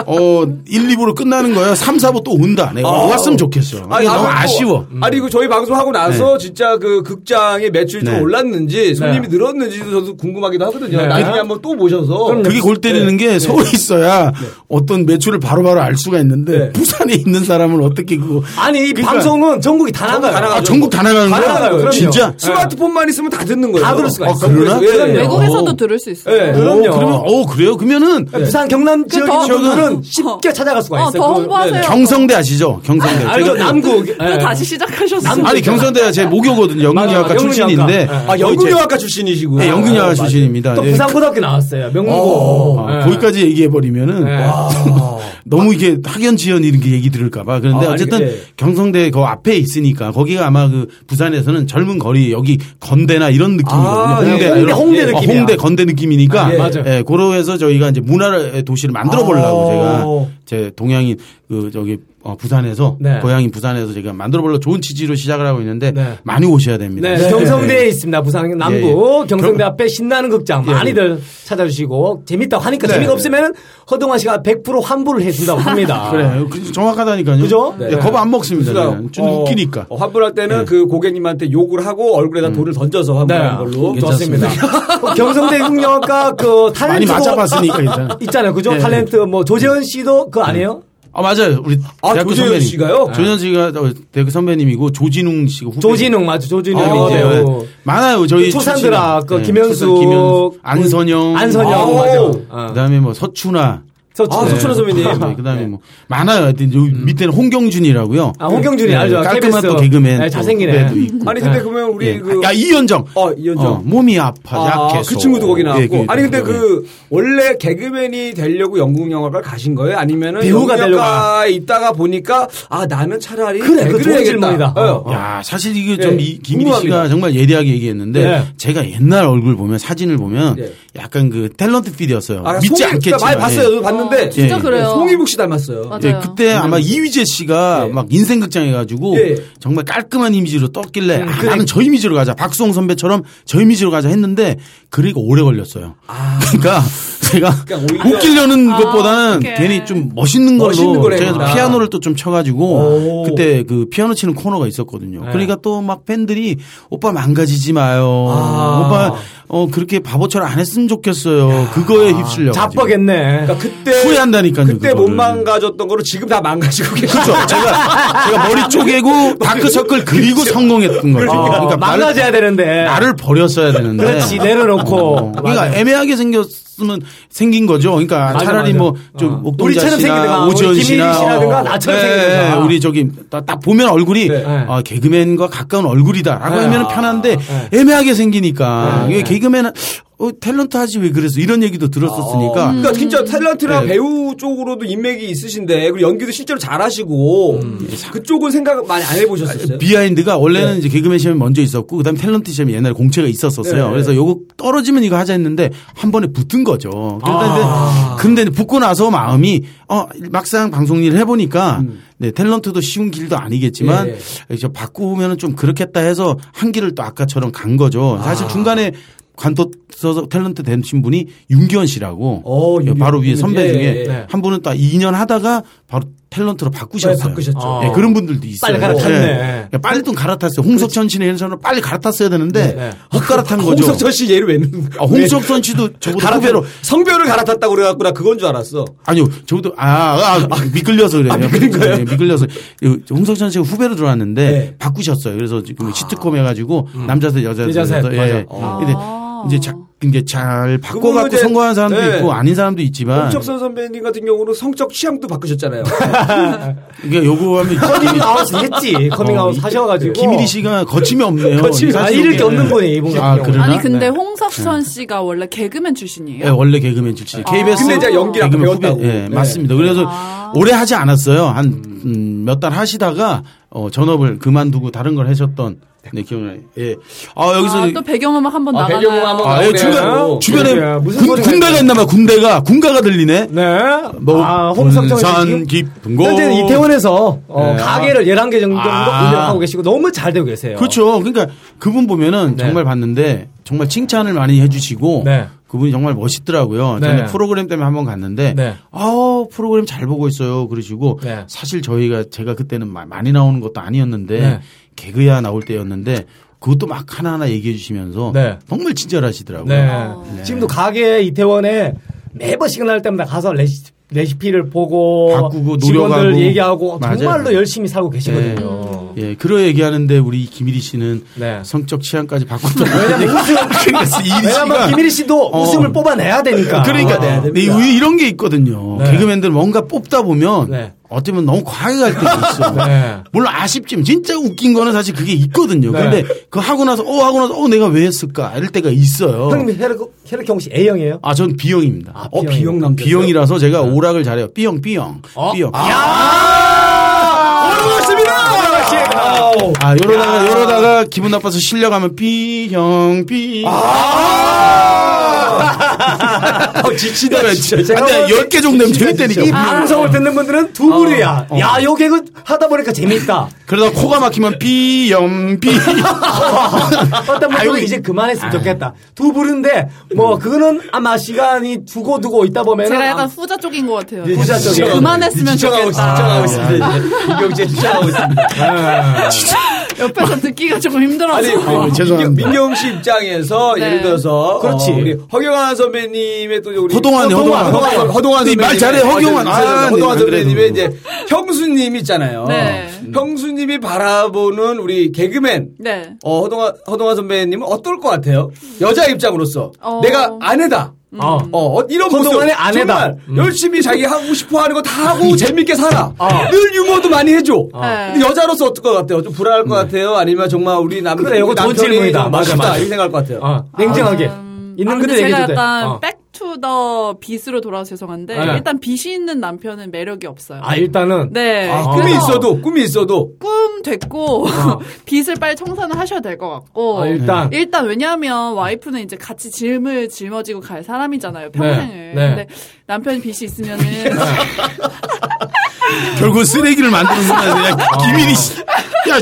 S6: 어 1, 2부로 끝나는 거야. 3, 4부 또 온다. 내가 왔으면 좋겠어.
S7: 아니,
S2: 음.
S6: 너무
S7: 아무튼 뭐-
S6: 아쉬워.
S7: 아니, 이거 저희 방송하고 나서
S2: 네.
S7: 그래서 진짜 그 극장의 매출이
S6: 네.
S7: 좀 올랐는지 손님이 늘었는지도 저도 궁금하기도 하거든요.
S2: 네.
S7: 나중에 한번 또 모셔서
S6: 그게
S2: 그렇죠.
S6: 골 때리는 게 서울에 있어야
S2: 네.
S6: 어떤 매출을 바로바로 알 수가 있는데 부산에 있는 사람은 어떻게 그거
S2: 아니 이
S6: 그러니까-
S2: 방송은 전국이 다 나가요.
S6: 아, 전국 다 나가는
S2: 다 나가요,
S6: 거야?
S2: 그럼요. 네.
S6: 진짜?
S7: 스마트폰만 있으면 다 듣는 거예요.
S2: 다 들을 수가 있어요.
S6: 그러나?
S7: 그래서, 예.
S5: 외국에서도 들을 수 있어요.
S7: 예.
S6: 오,
S2: 네. 그럼요. 네.
S6: 그러면 어 그래요? 그러면은
S2: 부산 경남 지역인
S5: 더-
S2: 분들은
S5: 어.
S2: 쉽게 찾아갈 수가
S5: 어,
S2: 있어요.
S5: 더
S2: 그걸- 네.
S5: 홍보하세요. 네.
S6: 경성대 아시죠? 경성대.
S2: 아, 이거
S6: 제가
S2: 남구. 예.
S5: 또 다시 시작하셨어요.
S6: 아니 경성대가 제 모교거든요. 연극영화과
S2: 맞아,
S6: 출신인데
S2: 연극영화과.
S7: 아, 연극영화과 아, 출신이시고.
S6: 네, 연극영화 출신입니다.
S2: 아, 또
S6: 예.
S2: 부산고등학교 나왔어요. 네. 명문고.
S6: 어, 거기까지 얘기해 버리면은
S2: 예.
S6: 너무 이게 학연지연 이런 게 얘기 들을까봐 그런데
S2: 아,
S6: 어쨌든
S2: 알겠- 예.
S6: 경성대 그 앞에 있으니까 거기가 아마 그 부산에서는 젊은 거리 여기 건대나 이런 느낌이거든요.
S2: 아, 예.
S6: 홍대
S2: 홍대,
S6: 이런-
S2: 홍대
S6: 예, 어,
S2: 느낌이야.
S6: 홍대 건대 느낌이니까
S2: 아, 예. 맞아요.
S6: 예, 그러해서 저희가 이제 문화의 도시를 만들어 보려고 제가
S2: 아.
S6: 제 동양인 그 저기 어, 부산에서
S2: 네.
S6: 고향인 부산에서 제가 만들어 보려 고 좋은 취지로 시작을 하고 있는데
S2: 네.
S6: 많이 오셔야 됩니다.
S2: 네, 경성대에 있습니다.
S7: 예,
S2: 부산 남부 경성대 앞에 신나는 극장 많이들 찾아주시고 재밌다고 하니까
S7: 네.
S2: 재미가 없으면 허동환 씨가 100% 환불을 해준다고 합니다.
S6: 그래 그- 정확하다니까요.
S2: 그죠?
S6: 예, 겁 안 먹습니다. 저는. 좀
S7: 어,
S6: 웃기니까.
S7: 어, 환불할 때는 그 고객님한테 욕을 하고 얼굴에다 돌을 던져서 환불하는 걸로.
S2: 네, 좋습니다. 어, 경성대 국영학과 그
S6: 많이
S2: 탤런트
S6: 맞아봤으니까 일단.
S2: 있잖아요, 그죠?
S6: 예,
S2: 탤런트 뭐 조재현 씨도
S7: 네.
S2: 그 아니에요?
S6: 아 맞아요. 우리
S7: 아,
S6: 대학교
S7: 조재현
S6: 선배님.
S7: 씨가요?
S6: 조재현 씨가 어, 대학교 선배님이고 조진웅 씨가 후배.
S2: 조진웅 맞죠? 조진웅
S6: 아,
S2: 이제
S6: 네.
S2: 뭐
S6: 많아요. 저희
S2: 초산들아,
S6: 출신이.
S2: 그 김현숙,
S6: 초산, 김현숙, 안선영,
S2: 안선영
S6: 아우,
S2: 맞아.
S6: 그다음에 뭐 서춘아.
S2: 서춘.
S7: 아, 서춘아 선배님. 음.
S6: 네, 그다음에 뭐 많아요. 하여튼 여기 밑에는 홍경준이라고요.
S2: 아, 홍경준이
S6: 네,
S2: 알죠?
S6: 깔끔한
S2: KBS.
S6: 또 개그맨.
S2: 네,
S6: 또
S2: 잘생기네.
S6: 후배도 있고.
S7: 아니, 근데 그러면 우리
S6: 예.
S7: 그.
S6: 야 이현정.
S7: 어, 이현정.
S6: 어, 몸이 아파.
S7: 아,
S6: 약해서.
S7: 그 친구도 거기 나왔고.
S6: 예, 그-
S7: 아니 근데 그 원래 개그맨이 되려고 영국 영화과를 가신 거예요? 아니면은
S2: 배우가 되려고
S7: 영국영화과에 있다가 보니까 아 나는 차라리
S2: 그래, 그거
S7: 개그를
S2: 좋은
S7: 해야겠다.
S2: 질문이다.
S7: 어.
S6: 야, 사실 이게 좀
S7: 예,
S6: 이- 김일희
S7: 궁금합니다. 네.
S6: 씨가 정말 예리하게 얘기했는데
S2: 예.
S6: 제가 옛날 얼굴 보면 사진을 보면
S7: 예.
S6: 약간 그 탤런트 필이었어요.
S7: 아,
S6: 믿지
S7: 송이-
S6: 않겠지만.
S7: 많이 봤어요.
S6: 예.
S7: 저도 봤는데
S5: 진짜
S6: 예.
S5: 그래요.
S7: 송이북 씨 닮았어요.
S5: 맞아요.
S6: 예, 그때 아마 이휘재 씨가 막 인생극장 해가지고
S7: 음. 예. 음,
S6: 정말 깔끔한 이미지로 떴길래 아, 나는 저 이미지로 가자. 박수홍 선배처럼 저 이미지로 가자 했는데 그리고 오래 걸렸어요. 그러니까 제가
S7: 아. 그러니까 오히려-
S6: 웃기려는 것보다는
S5: 아, 어떡해.
S6: 괜히 좀 멋있는 걸로
S7: 멋있는 걸 해야
S6: 제가
S7: 된다.
S6: 피아노를 또 좀 쳐가지고 그때 그 피아노 치는 코너가 있었거든요.
S7: 네.
S6: 그러니까 또 막 팬들이 오빠 망가지지 마요.
S7: 아.
S6: 오빠 어 그렇게 바보처럼 안 했으면 좋겠어요. 그거에 휩쓸려.
S2: 자뻑했네.
S7: 그러니까 그때
S6: 후회한다니까요,
S7: 아. 그때 못
S6: 그거를.
S7: 망가졌던 거를 지금 다 망가지고 계시죠.
S6: 그렇죠. 제가 제가 머리 쪼개고 다크서클 그리고 성공했던 거죠.
S7: 그러니까
S6: 그러니까
S2: 어, 그렇죠. 망가져야 되는데.
S6: 나를 버렸어야 되는데.
S2: 그렇지, 내려놓고.
S6: 어, 그러니까 애매하게 생겼으면 생긴 거죠. 그러니까
S2: 맞아,
S6: 차라리
S2: 맞아.
S6: 뭐좀
S2: 어.
S6: 옥동자
S2: 우리처럼 생기든가,
S6: 씨나
S2: 우리
S6: 오지현
S2: 김일희
S6: 씨나
S2: 씨라든가
S6: 어,
S2: 나처럼
S6: 네,
S2: 생기든가.
S6: 우리 저기 딱, 딱 보면 얼굴이
S7: 네.
S6: 아, 개그맨과 가까운
S2: 네.
S6: 얼굴이다라고
S2: 아,
S6: 하면 편한데 애매하게 생기니까 이게 개그맨 어, 탤런트 하지 왜 그랬어 이런 얘기도
S2: 어.
S6: 들었었으니까
S7: 그러니까 진짜 탤런트나
S6: 음. 네.
S7: 배우 쪽으로도 인맥이 있으신데 그리고 연기도 실제로 잘하시고
S6: 음, 예,
S7: 그쪽은 생각 많이 안 해보셨었어요? 네.
S6: 비하인드가 원래는 이제 개그맨 시험이 먼저 있었고 그다음에 탤런트 시험이 옛날에 공채가 있었었어요.
S7: 네.
S6: 그래서 요거 떨어지면 이거 하자 했는데 한 번에 붙은 거죠. 그런데
S7: 아.
S6: 근데, 근데 붙고 나서 마음이 어 막상 방송 일을 해보니까
S7: 음.
S6: 네, 탤런트도 쉬운 길도 아니겠지만
S7: 예.
S6: 저 바꾸면은 좀 그렇겠다 해서 한 길을 또 아까처럼 간 거죠. 사실 중간에 관둬서 탤런트 되신 분이 윤기원 씨라고
S7: 어, 윤기원
S6: 바로 위에 선배
S7: 예,
S6: 중에
S7: 예.
S6: 한 분은 딱 2년 하다가 바로 탤런트로 바꾸셨어요.
S7: 네, 바꾸셨죠.
S6: 어. 예, 그런 분들도 있어요.
S2: 빨리 갈아탔네.
S6: 예. 빨리 좀 갈아탔어요. 홍석천 씨는 예를 들어서 빨리 갈아탔어야 되는데 못 갈아탄 거죠.
S7: 홍석천 씨 얘를 왜 넣는 거야?
S6: 아, 홍석천 씨도 저보다 후배로
S7: 갈아타로 성별을 갈아탔다고 그래갖고 나 그건 줄 알았어.
S6: 아니요 저보다 아, 아, 미끌려서 그래요. 예, 미끌려서 이 홍석천 씨가 후배로 들어왔는데
S7: 네.
S6: 바꾸셨어요. 그래서 지금 시트콤 해가지고 남자세 여자세
S2: 여자셋,
S6: 해서,
S2: 맞아.
S6: 예. 근데 이제 자, 이제 잘
S7: 그분은
S6: 바꿔갖고
S7: 이제-
S6: 성공한 사람도
S7: 네.
S6: 있고 아닌 사람도 있지만
S7: 홍석선 선배님 같은 경우는 성적 취향도 바꾸셨잖아요.
S6: 이게 그러니까 요거 하면
S2: 커밍아웃 했지. 커밍아웃 하셔가지고.
S6: 김일희 씨가 거침이 없네요.
S2: 거침이- 아,
S6: 사실
S2: 잃을 게
S6: 이게-
S2: 없는 분이 이분 같은
S6: 아,
S2: 경우는.
S6: 그러나?
S5: 아니 근데 홍석천 씨가 원래 개그맨 출신이에요.
S6: 예, 원래 개그맨 출신. KBS
S7: 근데 이제 연기를 아까
S6: 개그맨
S7: 배웠다고.
S6: 후배. 예,
S7: 네.
S6: 맞습니다. 그래서 오래 하지 않았어요. 한 음, 몇 달 하시다가 어, 전업을 그만두고 다른 걸 하셨던 네, 기억나요. 예. 아, 여기서
S5: 아, 또 배경음악 한번 나가나요?
S6: 아, 예,
S7: 나오네요.
S6: 주변, 주변에
S2: 그러게요. 어, 무슨
S6: 군,
S2: 소리가
S6: 군대가
S2: 있나요?
S6: 있나 봐. 군대가 군가가 들리네.
S2: 네.
S6: 뭐
S2: 아, 홍석정
S6: 군산
S2: 씨. 지금
S6: 깊은 곳.
S2: 현재는 이태원에서 어,
S6: 네.
S2: 가게를 11개 정도
S6: 아.
S2: 운영하고 계시고 너무 잘 되고 계세요.
S6: 그렇죠. 그러니까 그분 보면은
S2: 네.
S6: 정말 봤는데 정말 칭찬을 많이 해주시고
S2: 네.
S6: 그분이 정말 멋있더라고요.
S2: 네.
S6: 저는 프로그램 때문에 한 번 갔는데
S2: 네.
S6: 아우 프로그램 잘 보고 있어요. 그러시고
S2: 네.
S6: 사실 저희가 제가 그때는 마- 많이 나오는 것도 아니었는데
S2: 네.
S6: 개그야 나올 때였는데 그것도 막 하나하나 얘기해 주시면서
S2: 네.
S6: 정말 친절하시더라고요. 예.
S2: 네. 지금도 가게 이태원에 매번 시그널 때마다 가서 레시, 레시피를 보고
S6: 바꾸고
S2: 직원들
S6: 노력하고.
S2: 얘기하고
S6: 맞아요.
S2: 정말로 열심히 살고
S6: 예,
S2: 계시거든요.
S6: 예, 그러 얘기하는데 우리 김일희 씨는
S2: 네.
S6: 성적 취향까지 바꿨다.
S2: 왜냐면 웃음
S6: 그러니까 이
S2: 왜냐면
S6: 씨가-
S2: 김일희 씨도
S6: 어.
S2: 웃음을 뽑아내야 되니까.
S6: 그러니까
S2: 아.
S6: 네, 이- 이런 게 있거든요.
S2: 네.
S6: 개그맨들 뭔가 뽑다 보면
S2: 네.
S6: 어쩌면 너무 과하게 갈 때도 있어.
S2: 네.
S6: 물론 아쉽지만 진짜 웃긴 거는 사실 그게 있거든요.
S2: 네.
S6: 근데 그 하고 나서 어 하고 나서 어 내가 왜 했을까 이럴 때가 있어요.
S2: 형님 혈액 혈액형 씨 A형이에요?
S6: 아, 전 B형입니다.
S2: 어, B형이요. 네. 어? 아. B형
S6: 남 B형이라서 제가 오락을 잘해요. B형, B형. B형.
S2: 아,
S6: 아, 요러다가, 요러다가 기분 나빠서 실려가면 B형, B형.
S2: 아, 지치다 진짜.
S6: 아, 근데 10개
S2: 그렇죠.
S6: 정도 되면
S7: 그렇죠.
S2: 이
S6: 재밌다니까.
S7: 아.
S2: 방송을 듣는 분들은 두 분이야.
S7: 어,
S2: 야, 요 개그 하다 보니까 재밌다.
S6: 그러다 코가 막히면 B형, B.
S7: 아,
S2: 어떤 분들은 이제 그만했으면 좋겠다. 두 분인데
S7: 음.
S2: 뭐 그거는 아마 시간이 두고 두고 있다 보면
S5: 제가 약간 후자 쪽인 것 같아요.
S2: 예, 후자 예, 쪽에.
S5: 진짜 그만했으면
S7: 지쳐가고 있-
S5: 좋겠다.
S7: 지쳐가고 있습니다. 이경재 지쳐가고 있습니다.
S5: 옆에서 듣기가 조금
S2: 뭐,
S5: 힘들어서.
S6: 어,
S7: 아, 민경,
S6: 죄송합니다.
S7: 민경 씨 입장에서
S5: 네.
S7: 예를 들어서
S2: 그렇지.
S7: 어, 우리 허경환 선배님의 또 우리
S6: 허동환이, 허동환.
S7: 허동환 허동환
S6: 네, 말
S7: 선배님의-
S6: 잘해, 허경환.
S7: 어,
S6: 아,
S7: 죄송합니다.
S6: 네,
S7: 허동환
S6: 안 그래도.
S7: 선배님의 이제 형수님 있잖아요.
S5: 네.
S6: 음.
S7: 형수님이 바라보는 우리 개그맨
S5: 네.
S7: 어, 허동환, 허동환 선배님은 어떨 것 같아요? 여자 입장으로서.
S5: 어.
S7: 내가 아내다.
S2: 어.
S7: 어, 어, 이런 모습.
S2: 허동환의 아내다. 음.
S7: 정말 열심히 자기 하고 싶어 하는 거 다 하고 재밌게 살아. 늘 유머도 많이 해줘.
S2: 아.
S7: 근데 여자로서 어떨 것 같아요? 좀 불안할 것 같아요? 아니면 정말 우리 남,
S2: 음. 그래, 이거 좋은
S7: 남편이
S2: 질문이다.
S7: 좀
S2: 맞아,
S7: 멋있다.
S2: 맞아.
S7: 이렇게 생각할 것 같아요.
S2: 어, 냉정하게. 있는
S5: 아,
S2: 그대로
S5: 근데 제가
S2: 얘기해도 돼.
S5: 약간
S2: 어.
S5: 백투더 빗으로 돌아서 죄송한데
S2: 네.
S5: 일단 빗이 있는 남편은 매력이 없어요.
S2: 아, 일단은
S5: 네.
S7: 아,
S5: 그래서
S7: 꿈이 있어도, 꿈이 있어도.
S5: 꿈 됐고 빚을 빨리 청산을 하셔야 될 것 같고
S2: 어. 아, 일단.
S5: 일단 왜냐하면 와이프는 이제 같이 짐을 짊어지고 갈 사람이잖아요
S2: 네,
S5: 평생을
S2: 네.
S5: 근데 남편이 빚이 있으면은
S6: 결국 쓰레기를 만드는구나. 야, 김일이 씨. 야.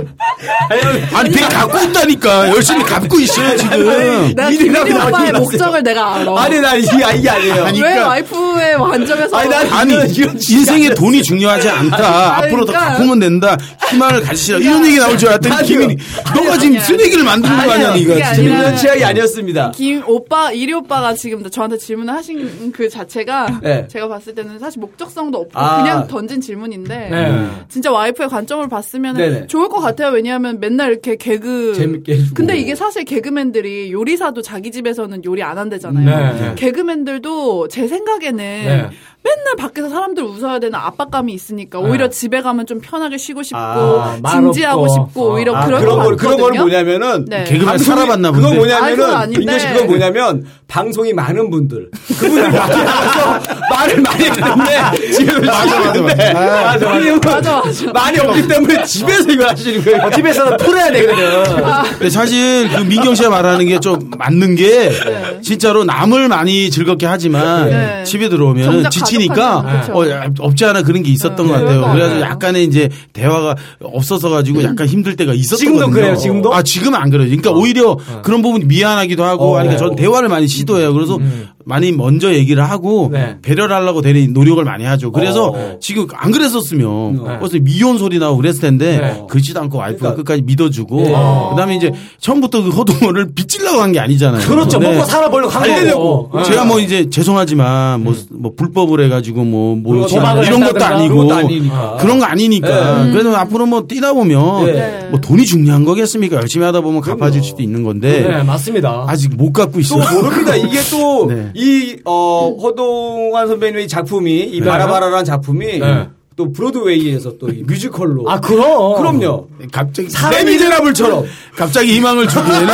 S6: 아니, 배 갖고 있다니까. 열심히 갖고 있어요, 지금.
S5: 내가 김일 오빠의 목적을 내가 알아
S7: 아니, 나 이게, 이게 아니에요.
S6: 아니,
S5: 왜
S6: 그러니까-
S5: 와이프의 관점에서
S7: 아니, 난-
S6: 아니 인생의 돈이 중요하지 않다.
S5: 아니,
S6: 앞으로 더
S5: 그러니까.
S6: 갚으면 된다. 희망을 가지시라. 이런 얘기 나올 줄 알았더니 김일이 너가 지금
S5: 아니야.
S6: 쓰레기를 만드는 거 아니야,
S5: 아니야, 그게
S6: 네가 지금.
S5: 아니라-
S7: 이런 취향이 아니었습니다.
S5: 김 오빠 이리 오빠가 지금 저한테 질문을 하신 그 자체가
S7: 네.
S5: 제가 봤을 때는 사실 목적성도 없고
S7: 아.
S5: 그냥 던진 질문인데
S2: 네.
S5: 진짜 와이프의 관점을 봤으면
S7: 네네.
S5: 좋을 것 같아요. 왜냐하면 맨날 이렇게 개그
S7: 재밌게 해주고.
S5: 근데 이게 사실 개그맨들이 요리사도 자기 집에서는 요리 안 한대잖아요.
S2: 네.
S5: 개그맨들도 제 생각에는
S2: 네.
S5: 맨날 밖에서 사람들 웃어야 되는 압박감이 있으니까
S7: 네.
S5: 오히려 집에 가면 좀 편하게 쉬고 싶고
S2: 아, 말
S5: 진지하고
S2: 없고.
S5: 싶고
S2: 아,
S5: 오히려
S7: 아,
S5: 그런
S7: 그런
S5: 거
S7: 거, 그런 거는
S5: 같거든요.
S7: 뭐냐면은
S5: 네.
S6: 개그맨
S7: 방송이-
S6: 살아봤나
S7: 그건
S6: 본데.
S5: 아이, 그건
S7: 뭐냐면은
S5: 아닌데.
S7: 민경 씨 그건 뭐냐면 방송이 많은 분들 그분들 나와서 말을 많이 하는데 집에서 맞아 맞아 맞아 맞아 많이 없기 때문에 집에서 이걸 하시는 거예요.
S2: 집에서는 풀어야 되거든.
S6: 근데 사실 그 민경 씨가 말하는 게 좀 맞는 게
S5: 네.
S6: 진짜로 남을 많이 즐겁게 하지만
S5: 네.
S6: 집에 들어오면
S5: 정작
S6: 지치니까
S5: 가족한테는
S6: 어,
S5: 그렇죠.
S6: 없지 않아 그런 게 있었던
S5: 네,
S6: 것
S5: 그럴 거
S6: 같아요. 그래서
S5: 같아요.
S6: 약간의 이제 대화가 없어서 가지고 약간 힘들 때가 있었거든요.
S2: 지금도 그래요, 지금도?
S6: 아 지금은 안 그래요. 그러니까 오히려 그런 부분이 미안하기도 하고
S2: 어. 음.
S6: 하니까 저는 대화를 많이 시도해요. 그래서 많이 먼저 얘기를 하고
S2: 네.
S6: 배려를 하려고 되는 노력을 많이 하죠. 그래서
S7: 어.
S6: 지금 안 그랬었으면 벌써 미혼 소리 나고 그랬을 텐데
S2: 네.
S6: 그렇지도 않고 와이프가
S7: 그러니까
S6: 끝까지 믿어주고
S7: 예.
S6: 그다음에 이제 처음부터 그 허동호를 빚질라고 한 게 아니잖아요.
S2: 그렇죠.
S6: 네.
S2: 먹고 살아보려고 한 거고.
S6: 어, 제가 뭐 이제 죄송하지만 뭐, 뭐 불법을 해가지고 뭐 모르지
S2: 도박을
S6: 이런 것도
S2: 했다든가
S6: 아니고
S7: 그런 것도 아니니까.
S6: 그런 거 아니니까 그래서 앞으로 뭐 뛰다 보면
S7: 네.
S6: 뭐 돈이 중요한 거겠습니까 열심히 하다 보면 갚아질 수도 있는 건데
S2: 네, 맞습니다.
S6: 아직 못 갚고
S7: 또
S6: 있어요.
S7: 뭐 모릅니다. 이게 또,
S6: 네.
S7: 이, 어, 허동환 선배님의 이 작품이, 이 바라바라라는 작품이,
S2: 네.
S7: 또 브로드웨이에서 또이 뮤지컬로. 어. 네.
S2: 아, 그럼.
S7: 그럼요.
S6: 갑자기
S7: 사람이- 레미제라블처럼.
S6: 갑자기 희망을 주기에는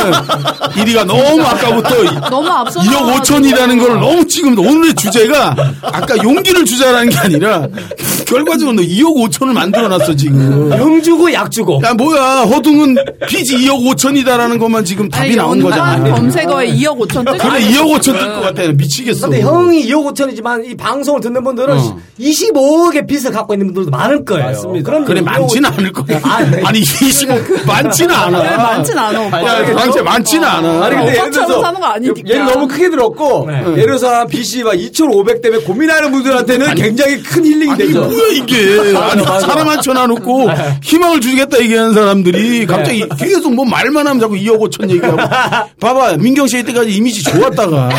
S6: 이리가 너무 아까부터
S5: 너무 앞서
S6: 2억 5천이라는 걸 너무 지금 오늘의 주제가 아까 용기를 주자라는 게 아니라 결과적으로 너 2억 5천을 만들어 놨어 지금.
S2: 영 주고 약 주고.
S6: 야 뭐야 허둥은 빚이 2억 5천이다라는 것만 지금 답이
S5: 아니,
S6: 나온
S5: 연간
S6: 거잖아.
S5: 검색어에 2억 5천 뜨거
S6: 그래 2억 5천 뜰 것 같아 미치겠어.
S2: 근데 형이 2억 5천이지만 이 방송을 듣는 분들은 25억의 빚을 갖고 있는 분들도 많을 거예요.
S7: 어. 맞습니다.
S2: 그럼요.
S6: 그래
S2: 2억 5천.
S6: 많지는 않을 거야.
S2: 아, 네.
S6: 아니 25 많지는
S5: 왜
S6: 않아.
S5: 많진 않아 오빠.
S6: 야 많지 많지는 않아.
S7: 아니 근데 예를
S5: 오빠처럼
S7: 들어서
S5: 사는 거 아니니까.
S7: 얘를 너무 크게 들었고
S2: 네.
S7: 예를 들어서 한 빚이 막2,500 때문에 고민하는 분들한테는 굉장히 큰 힐링이
S6: 아니
S7: 되죠.
S6: 뭐야 뭐야 이게 아니 사람 한 쳐놔놓고 희망을 주겠다 얘기하는 사람들이 갑자기 계속 뭐 말만 하면 자꾸 2억 5천 얘기하고 봐봐 민경 씨 이때까지 이미지 좋았다가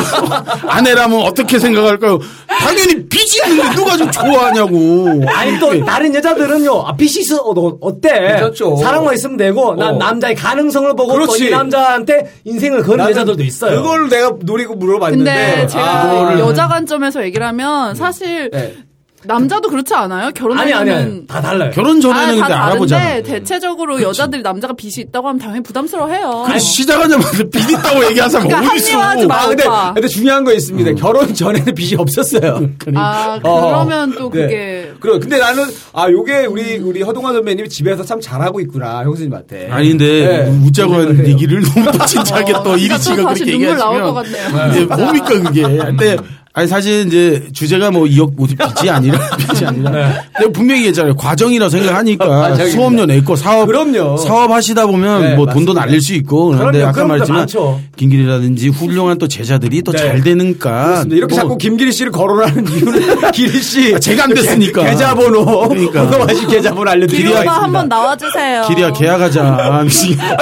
S6: 아내라면 어떻게 생각할까요 당연히 빚이 있는데 누가 좀 좋아하냐고
S2: 아니 또 다른 여자들은요 아, 빛이 있어 어, 너 어때
S7: 네. 그렇죠.
S2: 사랑만 있으면 되고 난
S7: 어.
S2: 남자의 가능성을 보고 또
S7: 그렇지.
S2: 이 남자한테 인생을 거는 여자들도 있어요
S7: 그걸 내가 노리고 물어봤는데.
S5: 근데
S7: 아,
S5: 제가 여자 관점에서 얘기를 하면 사실
S7: 네.
S5: 남자도 그렇지 않아요?
S2: 아니 아니 아니
S5: 결혼하면
S2: 다 달라요
S6: 결혼 전에는
S5: 다
S6: 근데 알아보잖아 네.
S5: 다른데 대체적으로 여자들이 남자가 빚이 있다고 하면 당연히 부담스러워해요.
S6: 그래 시작하자마자 빚 있다고 얘기하는 사람
S5: 그러니까
S6: 어디 있어
S5: 합리화하지 마.
S7: 아, 근데,
S5: 오빠.
S7: 근데 중요한 거
S6: 음.
S7: 있습니다. 결혼 전에는 빚이 없었어요.
S6: 그러니까.
S5: 아
S7: 어.
S5: 그러면 또
S7: 네.
S5: 그게
S7: 그럼 근데 나는 아 요게 우리 우리 허동환 선배님이 집에서 참 잘하고 있구나 형수님한테.
S6: 아닌데
S7: 네.
S6: 웃자고 하는 얘기를 너무 또 진지하게 또 이리
S5: 그러니까 또
S6: 씨가
S5: 다시
S6: 그렇게
S5: 눈물 나올 것
S6: 얘기하시면
S5: 같네요.
S6: 이제 뭡니까 그게. 근데 아니 사실 이제 주제가 뭐 2억 50 빚이 아니라 빚이 아니라 내가 분명히 얘기했잖아요. 과정이라 생각하니까
S7: 네. 과정입니다.
S6: 수업료 냈고 사업
S7: 그럼요.
S6: 사업 하시다 보면
S7: 네,
S6: 뭐 돈도 날릴 수 있고 그런데
S2: 그럼요.
S6: 아까
S2: 그런 것도
S6: 말했지만
S2: 많죠.
S6: 김길이라든지 훌륭한 또 제자들이 또 잘 되니까
S7: 근데 네. 이렇게
S6: 뭐
S7: 자꾸 김기리 씨를 거론하는 이유는 기리 씨
S6: 아, 제가 안 됐으니까.
S7: 계좌번호
S6: 그러니까.
S7: 허동환 씨 계좌번호 알려드리고
S5: 기리 오빠 한번 나와주세요.
S6: 길이야 계약하자.
S7: 아니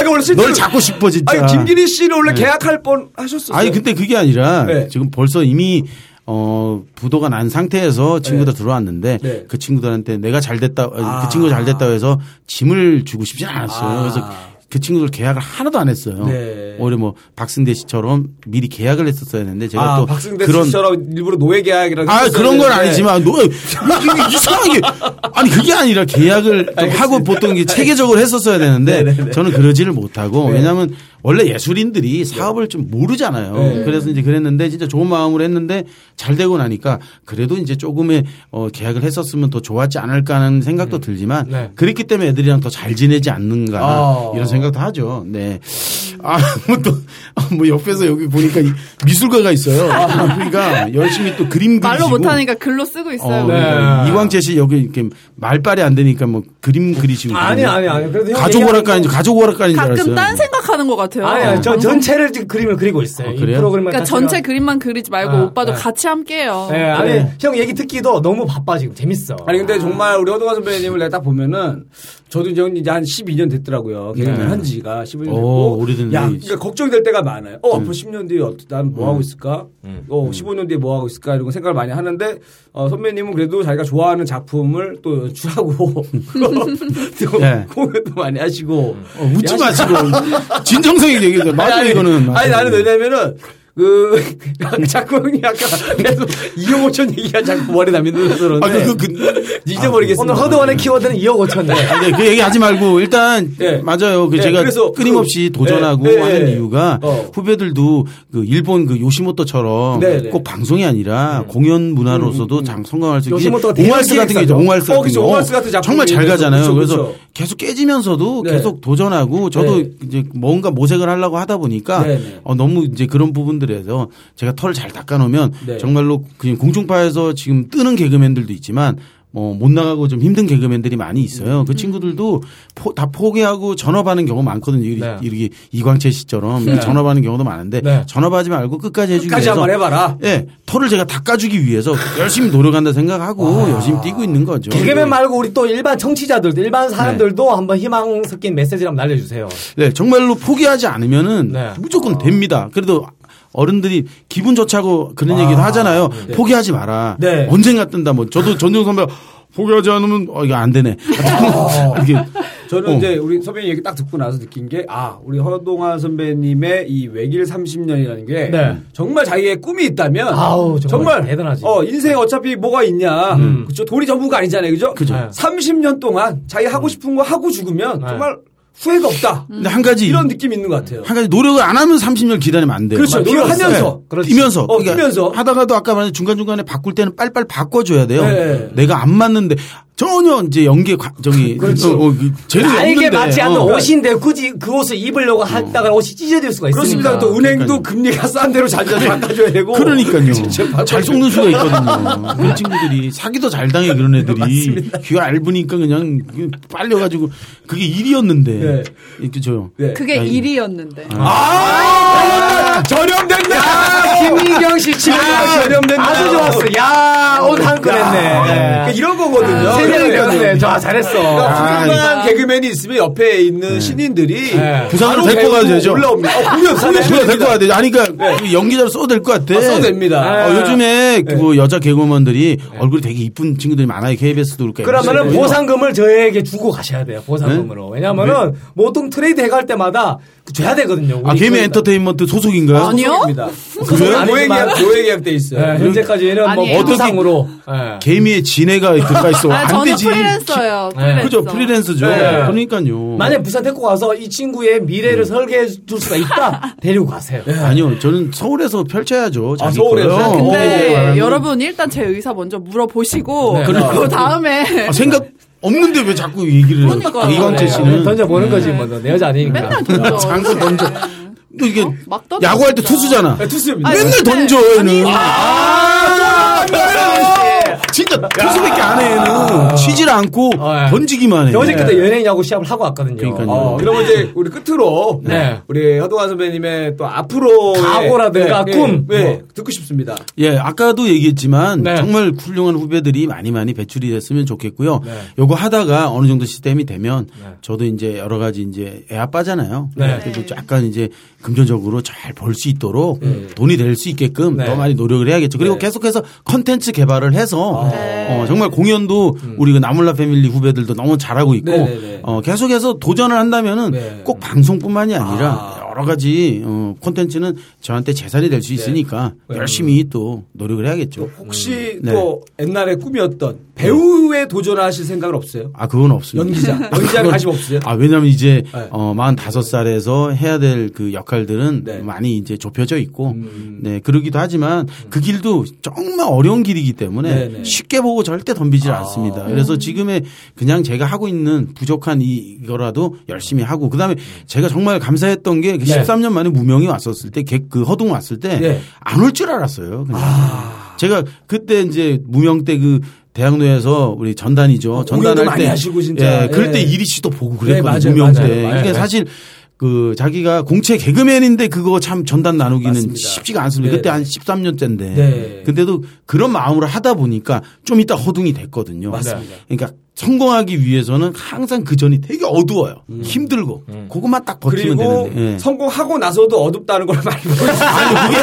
S7: 원래 실제로-
S6: 어. 널 잡고 싶어 진짜.
S7: 아니 김기리 씨를 원래
S2: 네.
S7: 계약할 뻔 하셨었어요.
S6: 아니 근데 그게 아니라
S7: 네.
S6: 지금 벌써 이미 어 부도가 난 상태에서 친구들 들어왔는데
S7: 네. 아.
S6: 그 친구들한테 내가 잘 됐다 그 친구 잘 됐다 해서 짐을 주고 싶진 않았어요. 그래서 그 친구들 계약을 하나도 안 했어요.
S7: 네.
S6: 오히려 뭐 박승대 씨처럼 미리 계약을 했었어야 했는데 제가
S7: 아
S6: 또
S7: 박승대
S6: 그런
S7: 씨처럼 일부러 노예 계약이라는
S6: 아 그런 건 아니지만 너 이게 이상하게 아니 그게 아니라 계약을 좀 하고 보통 이게 체계적으로 했었어야 되는데
S7: 네,
S6: 저는 그러지를 못하고 왜냐하면 원래 예술인들이 사업을 좀 모르잖아요.
S7: 네.
S6: 그래서 이제 그랬는데 진짜 좋은 마음으로 했는데 잘 되고 나니까 그래도 이제 조금의 어, 계약을 했었으면 더 좋았지 않을까 하는 생각도
S7: 음.
S6: 들지만 그랬기 때문에 애들이랑 더 잘 지내지 않는가
S7: 네. 아.
S6: 이런 생각도 하죠. 네. 뭐 아뭐또뭐 옆에서 여기 보니까 이 미술가가 있어요.
S7: 아.
S6: 그러니까 열심히 또 그림
S5: 말로
S6: 그리시고.
S5: 못하니까 글로 쓰고 있어요.
S6: 어,
S5: 우리.
S6: 그러니까
S7: 네.
S6: 이광재 씨 여기 이렇게 말빨이 안 되니까 뭐 그림 그리시고
S2: 아니
S6: 그러네요.
S2: 아니 아니 그래도 형
S6: 가족
S2: 얘기하는
S6: 오락관인 줄 가족 오락관인 줄 알았어요.
S5: 가끔 딴 생각하는 것 같아요.
S2: 아니, 아니, 저
S5: 방송-
S2: 전체를 지금 그림을 그리고 있어요.
S7: 아,
S6: 어,
S2: 이
S6: 그래요?
S2: 프로그램만
S5: 그러니까
S2: 자체가.
S5: 전체 그림만 그리지 말고
S2: 아,
S5: 오빠도
S2: 아.
S5: 같이 함께해요.
S2: 예, 아니, 형 얘기 듣기도 너무 바빠, 지금. 재밌어.
S7: 아니 근데 정말 우리 허동환 선배님을 내가 딱 보면은 저도 이제 이제 한 12년 됐더라고요. 개그맨 한 지가 15년
S6: 네. 오,
S7: 됐고
S6: 오래됐네. 음.
S7: 야, 그러니까 걱정이 될 때가 많아요. 어, 앞으로 10년 뒤에 난뭐 하고 있을까? 어, 15년 뒤에 뭐 하고 있을까? 이런 거 생각을 많이 하는데 어, 선배님은 그래도 자기가 좋아하는 작품을 또 연출하고 또
S6: 네.
S7: 공연도 많이 하시고
S6: 어, 웃지 마시고 진정성 있게 얘기해. 맞아
S7: 아니,
S6: 이거는. 맞아.
S7: 아니 나는 왜냐면은 그 자꾸 형이 아까 계속 이용호천 얘기가 자꾸 머리 남는데 그런데
S6: 아, 그, 그, 그-
S7: 잊어버리겠습니다.
S2: 오늘 허드원의 키워드는 2억 5천. 네.
S6: 아니, 그 얘기 하지 말고 일단
S7: 예.
S6: 맞아요. 그
S7: 예,
S6: 제가
S7: 그래서
S6: 끊임없이
S7: 그-
S6: 도전하고
S7: 예, 예,
S6: 하는
S7: 예.
S6: 이유가
S7: 어.
S6: 후배들도 그 일본 그 요시모토처럼
S7: 네, 네.
S6: 꼭 방송이 아니라 공연 문화로서도 장 성공할 수 있는
S7: 음. 요시모토가 대단히
S6: 옹알스 같은 게 있죠.
S7: 기획사죠.
S6: 옹알스
S7: 어,
S6: 같은
S7: 그죠.
S6: 거.
S7: 옹알스 같은 작품이
S6: 정말 잘
S7: 그래서
S6: 가잖아요.
S7: 그쵸,
S6: 그래서
S7: 그쵸.
S6: 계속 깨지면서도
S7: 네.
S6: 계속 도전하고 저도
S7: 네.
S6: 이제 뭔가 모색을 하려고 하다 보니까
S7: 네, 네.
S6: 어, 너무 이제 그런 부분들에서 제가 털을 잘 닦아놓으면
S7: 네.
S6: 정말로 그냥 공중파에서 지금 뜨는 개그맨들도 있지만 어, 못 나가고 좀 힘든 개그맨들이 많이 있어요.
S7: 음.
S6: 그 친구들도 포- 다 포기하고 전업하는 경우 많거든요. 이-
S2: 네.
S6: 이렇게 이광채 씨처럼 전업하는 경우도 많은데
S2: 네.
S6: 전업하지 말고 끝까지 해주기
S7: 네. 끝까지
S6: 위해서
S7: 한번 해봐라.
S6: 예, 털을 제가 닦아주기 위해서 열심히 노력한다 생각하고
S7: 아.
S6: 열심히 뛰고 있는 거죠.
S2: 개그맨 말고 우리 또 일반 청취자들도, 일반 사람들도 한번 희망 섞인 메시지를 한번 날려주세요.
S6: 네, 정말로 포기하지 않으면은
S2: 네.
S6: 무조건
S7: 아.
S6: 됩니다. 그래도 어른들이 기분 좋다고 그런 얘기도 하잖아요. 포기하지 마라.
S2: 네.
S6: 언젠가 뜬다. 뭐 저도 전종 선배 가 포기하지 않으면 어, 이거 안 되네. 이렇게
S7: 아. 저는
S6: 어.
S7: 이제 우리 선배님 얘기 딱 듣고 나서 느낀 게, 아, 우리 허동환 선배님의 이 외길 30년이라는 게,
S2: 네.
S7: 정말 자기의 꿈이 있다면,
S2: 아우, 정말 대단하지.
S7: 어, 인생 어차피 뭐가 있냐. 그죠 돈이 전부가 아니잖아요. 그죠?
S6: 그죠.
S2: 네.
S7: 30년 동안 자기 하고 싶은 거 하고 죽으면 정말 후회가 없다.
S6: 근데 한 가지
S7: 이런 느낌이 있는 것 같아요.
S6: 한 가지 노력을 안 하면 30년 기다리면 안 돼요.
S7: 그렇죠.
S6: 맞아요. 네.
S7: 노력하면서. 그렇지.
S6: 뛰면서. 그러니까
S7: 어, 뛰면서.
S6: 하다가도 아까 말한 중간중간에 바꿀 때는 빨빨 바꿔줘야 돼요.
S7: 네.
S6: 내가 안 맞는데 전혀 이제 연계 과- 저기
S7: 그렇죠.
S6: 어, 어, 재능이
S2: 나에게
S6: 없는데.
S2: 맞지 않는
S6: 어.
S2: 옷인데 굳이 그 옷을 입으려고 하다가 옷이 찢어질 수가 있으니까.
S7: 그렇습니다. 또
S6: 그러니까요.
S7: 은행도 금리가 싼 대로 잘잘 바꿔줘야 되고.
S6: 그러니까요. 잘 속는 수가 있거든요. 그런 친구들이 사기도 잘 당해 그런 애들이 귀가 얇으니까 그냥 빨려가지고 그게 일이었는데 이렇게 저요.
S7: 네.
S5: 그게
S6: 야, 이거.
S5: 일이었는데.
S7: 아! 전염됐네!
S2: 김민경 씨 치료가
S7: 아, 전염됐네요.
S2: 아주 좋았어. 야, 오늘 한 할 뻔했네.
S7: 그러니까 이런 거거든요.
S2: 세계를
S7: 그러니까
S2: 꼈네. 저 아, 잘했어.
S7: 훌륭한 개그맨이 있으면 옆에 있는 신인들이
S6: 부산으로
S7: 바로
S6: 데리고 가야
S7: 배우고
S6: 되죠. 네,
S7: 올라옵니다. 어, 공연
S6: 후에 후에 될것 같아. 아니, 그러니까 연기자로 써도 될 것 같아.
S7: 써도 됩니다.
S6: 어, 요즘에 그 여자 개그우먼들이 얼굴이 되게 이쁜 친구들이 많아요. KBS도 그렇고.
S2: 그러면은
S6: MBC 도.
S2: 보상금을 저에게 주고 가셔야 돼요. 보상금으로. 왜냐면은 보통 트레이드 해갈 때마다 그 줘야 되거든요.
S6: 아, 개미 엔터테인먼트 소속인가요?
S5: 아니요?
S2: 그건 아니지만
S7: 노예계약 노예계약 돼 있어요.
S6: 네.
S2: 예, 현재까지는 뭐
S5: 아니에요.
S2: 어떤 상으로
S6: 개미의 진해가 들어가 있어.
S5: 아,
S6: 안
S5: 저는
S6: 되지.
S5: 프리랜서예요. 프리랜서.
S6: 그죠. 프리랜서죠.
S2: 네.
S6: 그러니까요.
S2: 만약 부산 데리고 가서 이 친구의
S6: 음.
S2: 미래를 설계해 줄 수가 있다 데리고 가세요.
S6: 네. 예, 아니요. 저는 서울에서 펼쳐야죠. 자기
S7: 서울에서?
S6: 거요. 어,
S7: 아,
S5: 근데 여러분 일단 제 의사 먼저 물어보시고 그 다음에
S6: 아, 생각 없는데 왜 자꾸 얘기를
S5: 그러니까요.
S6: 이광재 씨는
S2: 네.
S6: 음.
S2: 던져 보는 거지 뭐내 여자 아니니까.
S5: 맨날 던져.
S6: 장구 던져. 또 이게
S5: 어? 막 던져.
S6: 야구할 때 투수잖아.
S7: 투수입니다.
S5: 아니,
S6: 맨날
S5: 근데-
S6: 던져 얘는. 아, 진짜 투수밖에 안 해 얘는. 치질 않고
S2: 어, 예.
S6: 던지기만 해.
S2: 어저께도 연예인하고 시합을 하고 왔거든요.
S6: 네. 그러니까요.
S7: 어, 그러면 이제 우리 끝으로
S2: 네.
S7: 우리 허동환 선배님의 또 앞으로
S2: 각오라든가 꿈.
S7: 네,
S2: 뭐.
S7: 듣고 싶습니다.
S6: 예, 아까도 얘기했지만
S2: 네.
S6: 정말 훌륭한 후배들이 많이 많이 배출이 됐으면 좋겠고요. 요거 하다가 어느 정도 시스템이 되면 저도 이제 여러 가지 이제 애 아빠잖아요.
S2: 네.
S6: 그래도 약간 이제 금전적으로 잘 벌 수 있도록 돈이 될 수 있게끔
S2: 네.
S6: 더 많이 노력을 해야겠죠. 그리고 계속해서 컨텐츠 개발을 해서 어, 정말 공연도 우리 그 나물라 패밀리 후배들도 너무 잘하고 있고
S7: 네, 네, 네.
S6: 어, 계속해서 도전을 한다면은
S7: 네.
S6: 꼭 방송뿐만이 아니라 여러 가지 어, 콘텐츠는 저한테 재산이 될 수 있으니까 열심히 또 노력을 해야겠죠.
S7: 혹시
S6: 음. 네.
S7: 또 옛날에 꿈이었던 배우에 도전하실 생각은 없어요?
S6: 아 그건 없습니다.
S7: 연기자, 연기자는 관심 없으세요?
S6: 아 왜냐면 이제
S7: 네.
S6: 어 45살에서 해야 될 그 역할들은
S7: 네. 음.
S6: 많이 이제 좁혀져 있고 네 그러기도 하지만 그 길도 정말 어려운 길이기 때문에
S7: 네, 아. 네.
S6: 쉽게 보고 절대 덤비질 않습니다. 그래서 지금의 그냥 제가 하고 있는 부족한 이거라도 열심히 하고 그다음에 제가 정말 감사했던 게 13년 만에 무명이 왔었을 때 그 허둥 왔을 때
S7: 네. 아.
S6: 안 올 줄 알았어요. 그냥. 제가 그때 이제 무명 때 그 대학로에서 우리 전단이죠. 전단할
S7: 많이
S6: 때
S7: 하시고 진짜.
S6: 예, 그럴 때
S7: 예.
S6: 이리 씨도 보고
S7: 네,
S6: 그랬거든요.
S7: 맞아요,
S6: 무명 때.
S7: 맞아요, 맞아요.
S6: 그러니까 사실 그 자기가 공채 개그맨인데 그거 참 전단 나누기는
S7: 맞습니다.
S6: 쉽지가 않습니다.
S7: 네.
S6: 그때 한 13년째인데.
S7: 네.
S6: 근데도 그런 마음으로 하다 보니까 좀 이따 허둥이 됐거든요.
S7: 맞습니다.
S6: 그러니까 성공하기 위해서는 항상 그 전이 되게 어두워요. 힘들고 그것만 딱 버티면
S7: 음. 그리고
S6: 되는데. 예.
S7: 성공하고 나서도 어둡다는 걸 많이 보여주세요.
S6: 아니 그게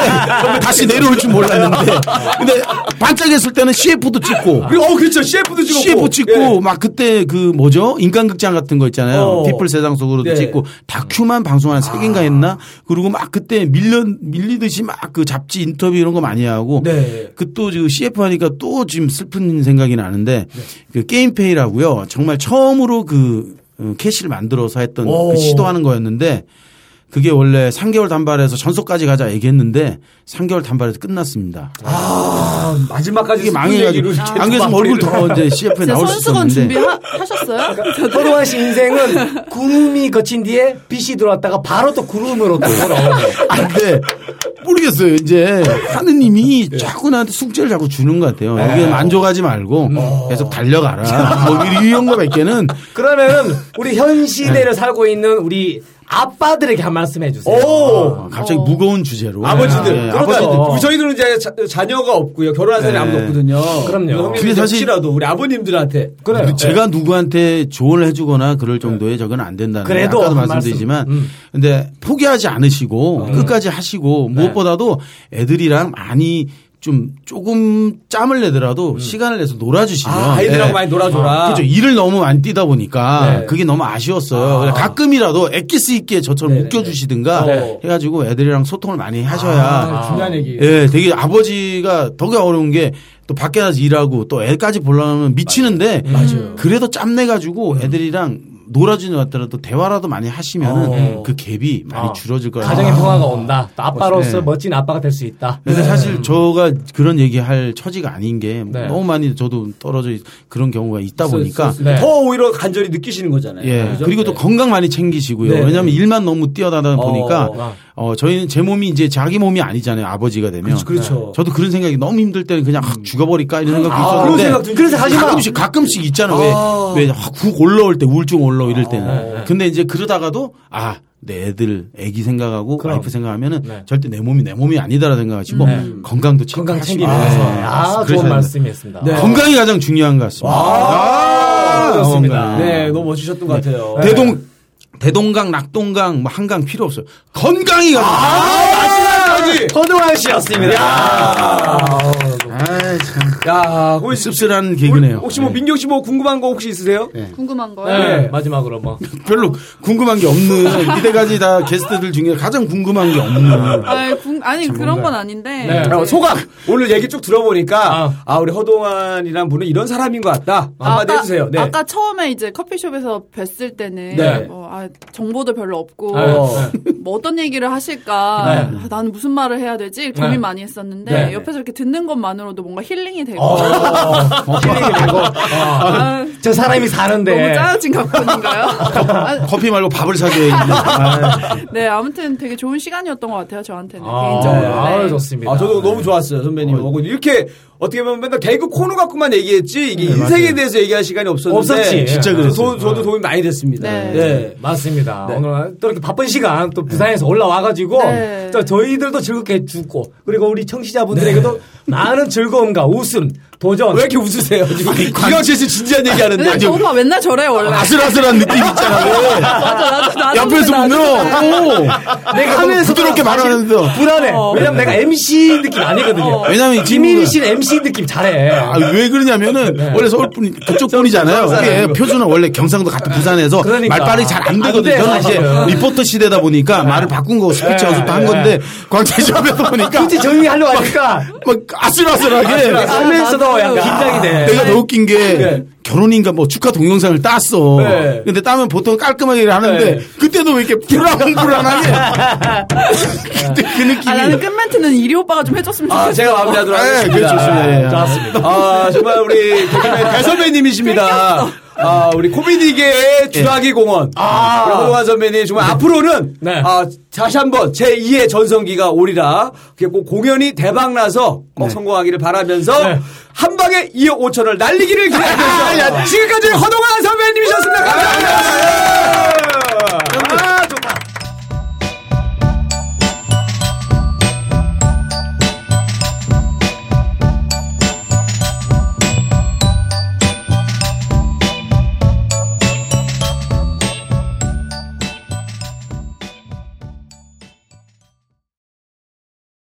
S6: 다시 내려올 줄 몰랐는데 근데 반짝였을 때는 CF도 찍고
S7: 그리고 어 그렇죠 CF도 찍고 예.
S6: CF 찍고 뭐. 막 그때 그 뭐죠 인간극장 같은 거 있잖아요.
S7: 어.
S6: 피플 세상 속으로도
S7: 네. 아.
S6: 찍고 다큐만 방송한 세 개인가 했나? 그리고 막 그때 밀려 밀리듯이 막 그 잡지 인터뷰 이런 거 많이 하고
S7: 네.
S6: 그또 CF 하니까 또 지금 슬픈 생각이 나는데
S7: 네.
S6: 그 게임페이라고요. 정말 처음으로 그 어, 캐시를 만들어서 했던
S7: 오.
S6: 그 시도하는 거였는데 그게 원래 3개월 단발해서 전속까지 가자 얘기했는데 3개월 단발해서 끝났습니다.
S7: 아, 마지막까지
S6: 이게 망해가지고 안 그랬으면 얼굴 더 이제 CF에
S5: 진짜
S6: 나올 수
S5: 손수건
S6: 있었는데
S5: 준비하셨어요?
S2: 서동환 씨 인생은 구름이 거친 뒤에 빛이 들어왔다가 바로 또 구름으로 또 돌아오네.
S6: 아, 근데 모르겠어요. 이제 하느님이
S7: 예.
S6: 자꾸 나한테 숙제를 자꾸 주는 것 같아요. 여기 만족하지 말고
S7: 음.
S6: 계속 달려가라. 뭐 이런 거밖에는
S2: 그러면은 우리 현 시대를 살고 있는 우리 아빠들에게 한 말씀 해주세요.
S6: 아, 갑자기 무거운 주제로
S7: 아버지들
S6: 예,
S7: 그러니까
S6: 아버지들.
S7: 우리 저희들은 이제 자, 자녀가 없고요 결혼한 사람이 아무도 없거든요.
S2: 그럼요.
S6: 그게
S7: 형님들
S6: 사실-
S7: 혹시라도 우리 아버님들한테 그래요. 네.
S6: 제가 누구한테 조언을 해주거나 그럴 정도의 저건 안 된다는 걸
S2: 그래도
S6: 아까도
S2: 한
S6: 말씀드리지만
S7: 음.
S6: 근데 포기하지 않으시고 끝까지 하시고
S7: 네.
S6: 무엇보다도 애들이랑 많이 좀 조금 짬을 내더라도 시간을 내서 놀아주시면
S7: 음. 아, 아이들하고
S6: 예.
S7: 많이 놀아줘라.
S6: 그죠 일을 너무 많이 뛰다 보니까
S7: 네.
S6: 그게 너무 아쉬웠어요 가끔이라도 액기스 있게 저처럼 웃겨주시든가
S7: 네. 아,
S6: 해가지고 애들이랑 소통을 많이 하셔야
S7: 중요한 얘기.
S6: 예, 되게 아버지가 덕에 어려운 게 또 밖에 나서 일하고 또 애까지 보려면 미치는데
S2: 음.
S6: 그래도 짬내 가지고 애들이랑 놀아주는 것들라도 대화라도 많이 하시면은
S2: 어.
S6: 그 갭이 많이 줄어질 거라고.
S2: 가정의 평화가 온다. 또 아빠로서
S6: 네.
S2: 멋진 아빠가 될 수 있다.
S6: 근데 사실 저가 그런 얘기할 처지가 아닌 게
S2: 네.
S6: 너무 많이 저도 떨어져 있- 그런 경우가 있다 보니까
S2: 네.
S7: 더 오히려 간절히 느끼시는 거잖아요.
S6: 예.
S7: 그죠?
S6: 그리고 또
S7: 네.
S6: 건강 많이 챙기시고요.
S7: 네.
S6: 왜냐하면 일만 너무 뛰어다니다
S7: 어,
S6: 보니까
S7: 아.
S6: 어, 저희는 제 몸이 이제 자기 몸이 아니잖아요. 아버지가 되면. 네.
S7: 그렇죠, 그렇죠.
S6: 저도 그런 생각이 너무 힘들 때는 그냥 확 죽어버릴까 이런 생각도
S7: 아, 그런
S6: 있었는데.
S7: 생각도 그래서 하지 마.
S6: 네. 가끔씩 가끔씩 있잖아. 왜, 왜 확 올라올 때 우울증 올라오 이럴 때는. 근데 이제 그러다가도 아, 내 애들, 애기 생각하고
S2: 그럼.
S6: 와이프 생각하면은
S2: 네.
S6: 절대 내 몸이 내 몸이 아니다라 생각하시고
S2: 네.
S6: 건강도 챙
S2: 건강 챙기면서
S6: 아,
S2: 아,
S6: 그래서
S2: 좋은
S6: 하는
S2: 말씀이었습니다.
S6: 네. 건강이 가장 중요한 것 같습니다. 아,
S2: 그렇습니다.
S6: 건강.
S7: 네, 너무 멋지셨던 것 같아요.
S6: 대동 대동강, 낙동강, 뭐 한강 필요 없어요. 건강이 가장
S7: 아!
S2: 허동환 씨였습니다.
S6: 아이, 참.
S7: 야, 혹시,
S6: 씁쓸한 개그네요.
S7: 혹시 뭐
S6: 네.
S7: 민경 씨 뭐 궁금한 거 혹시 있으세요?
S5: 궁금한 거요?
S2: 네. 마지막으로 뭐
S6: 별로 궁금한 게 없는 이때까지 다 게스트들 중에 가장 궁금한 게 없는
S5: 아니, 궁- 아니, 그런 건 아닌데.
S2: 네.
S7: 어, 소감 오늘 얘기 쭉 들어보니까
S2: 아.
S7: 아, 우리 허동환이란 분은 이런 사람인 것 같다. 한마디 해주세요. 네.
S5: 아까 처음에 이제 커피숍에서 뵀을 때는
S7: 네.
S5: 뭐, 아, 정보도 별로 없고
S7: 어.
S5: 뭐 어떤 얘기를 하실까 아, 나는 무슨 말을 해야 되지 고민
S2: 네.
S5: 많이 했었는데
S2: 네. 어.
S5: 옆에서 이렇게 듣는 것만으로도 뭔가 힐링이 되고
S2: 아, 저 사람이 사는데
S5: 너무 짜여진 각본인가요? 아,
S6: 커피 말고 밥을 사줘야
S5: 네 아무튼 되게 좋은 시간이었던 것 같아요 저한테는
S2: 아,
S5: 개인적으로
S2: 아,
S5: 네.
S2: 좋습니다.
S7: 아, 저도 너무 좋았어요, 선배님하고. 이렇게 어떻게 보면 맨날 개그 코너 갖고만 얘기했지, 이게 인생에 대해서 얘기할 시간이 없었는데.
S2: 네,
S7: 아,
S2: 없었지. 진짜
S7: 저-
S2: 그랬어요.
S7: 저도 도움이 많이 됐습니다.
S5: 네.
S2: 네, 맞습니다. 오늘 또 이렇게 바쁜 시간 또 부산에서 올라와가지고
S5: 네.
S2: 또 저희들도 즐겁게 해주고 그리고 우리 청취자분들에게도 많은 즐거움과 웃음, 도전.
S7: 왜 이렇게 웃으세요? 지금 기광 씨에서 진지한 얘기 하는데.
S5: 근데 저 오빠 맨날 저래요 원래
S6: 아슬아슬한 느낌 있잖아.
S5: 맞아 맞아 나도
S6: 옆에서
S5: 그래, 나도 그래.
S6: 보면
S2: 내가
S6: 오,
S2: 하면서
S6: 부드럽게 말하는데
S2: 불안해. 어, 왜냐면 내가 MC 느낌 아니거든요.
S6: 왜냐면 이
S2: 김민희
S6: 친구가-
S2: 씨는 MC 느낌 잘해.
S6: 아, 왜 그러냐면은 원래 서울 분이 그쪽 분이잖아요. 이게 표준은 원래 경상도 같은 부산에서
S2: 그러니까.
S6: 말 빠르게 잘 안 되거든요.
S2: 안 돼요,
S6: 저는 이제
S2: 사실은.
S6: 리포터 시대다 보니까 말을 바꾼 거고 스피치 연습도 한 건데 광장시험에서 보니까
S2: 굳이 정리 하려고 하니까
S6: 막 아슬아슬하게 네.
S2: 하면서도 약간 긴장이 돼.
S6: 내가 더 웃긴 게 결혼인가 뭐 축하 동영상을 땄어. 근데 따면 보통 깔끔하게 하는데
S2: 네.
S6: 그때도 왜 이렇게 불안불안하게 그때 그 느낌이
S5: 아, 나는 끝멘트는 이리 오빠가 좀 해줬으면 좋겠어
S7: 아, 제가 마음에
S6: 네,
S7: 들도록 하겠습니다.
S6: 그게 좋습니다. 예.
S7: 좋습니다. 아, 정말 우리 개그맨 배 선배님이십니다. 아, 우리 코미디계의 주라기 공원. 아. 우리 허동환 선배님, 정말 앞으로는,
S2: 네.
S7: 아, 다시 한 번, 제2의 전성기가 오리라. 그게 꼭 공연이 대박나서 꼭 성공하기를 바라면서,
S2: 네.
S7: 한 방에 2억 5천을
S2: 아.
S7: 날리기를 기대하면서, 지금까지 허동환 선배님이셨습니다. 감사합니다.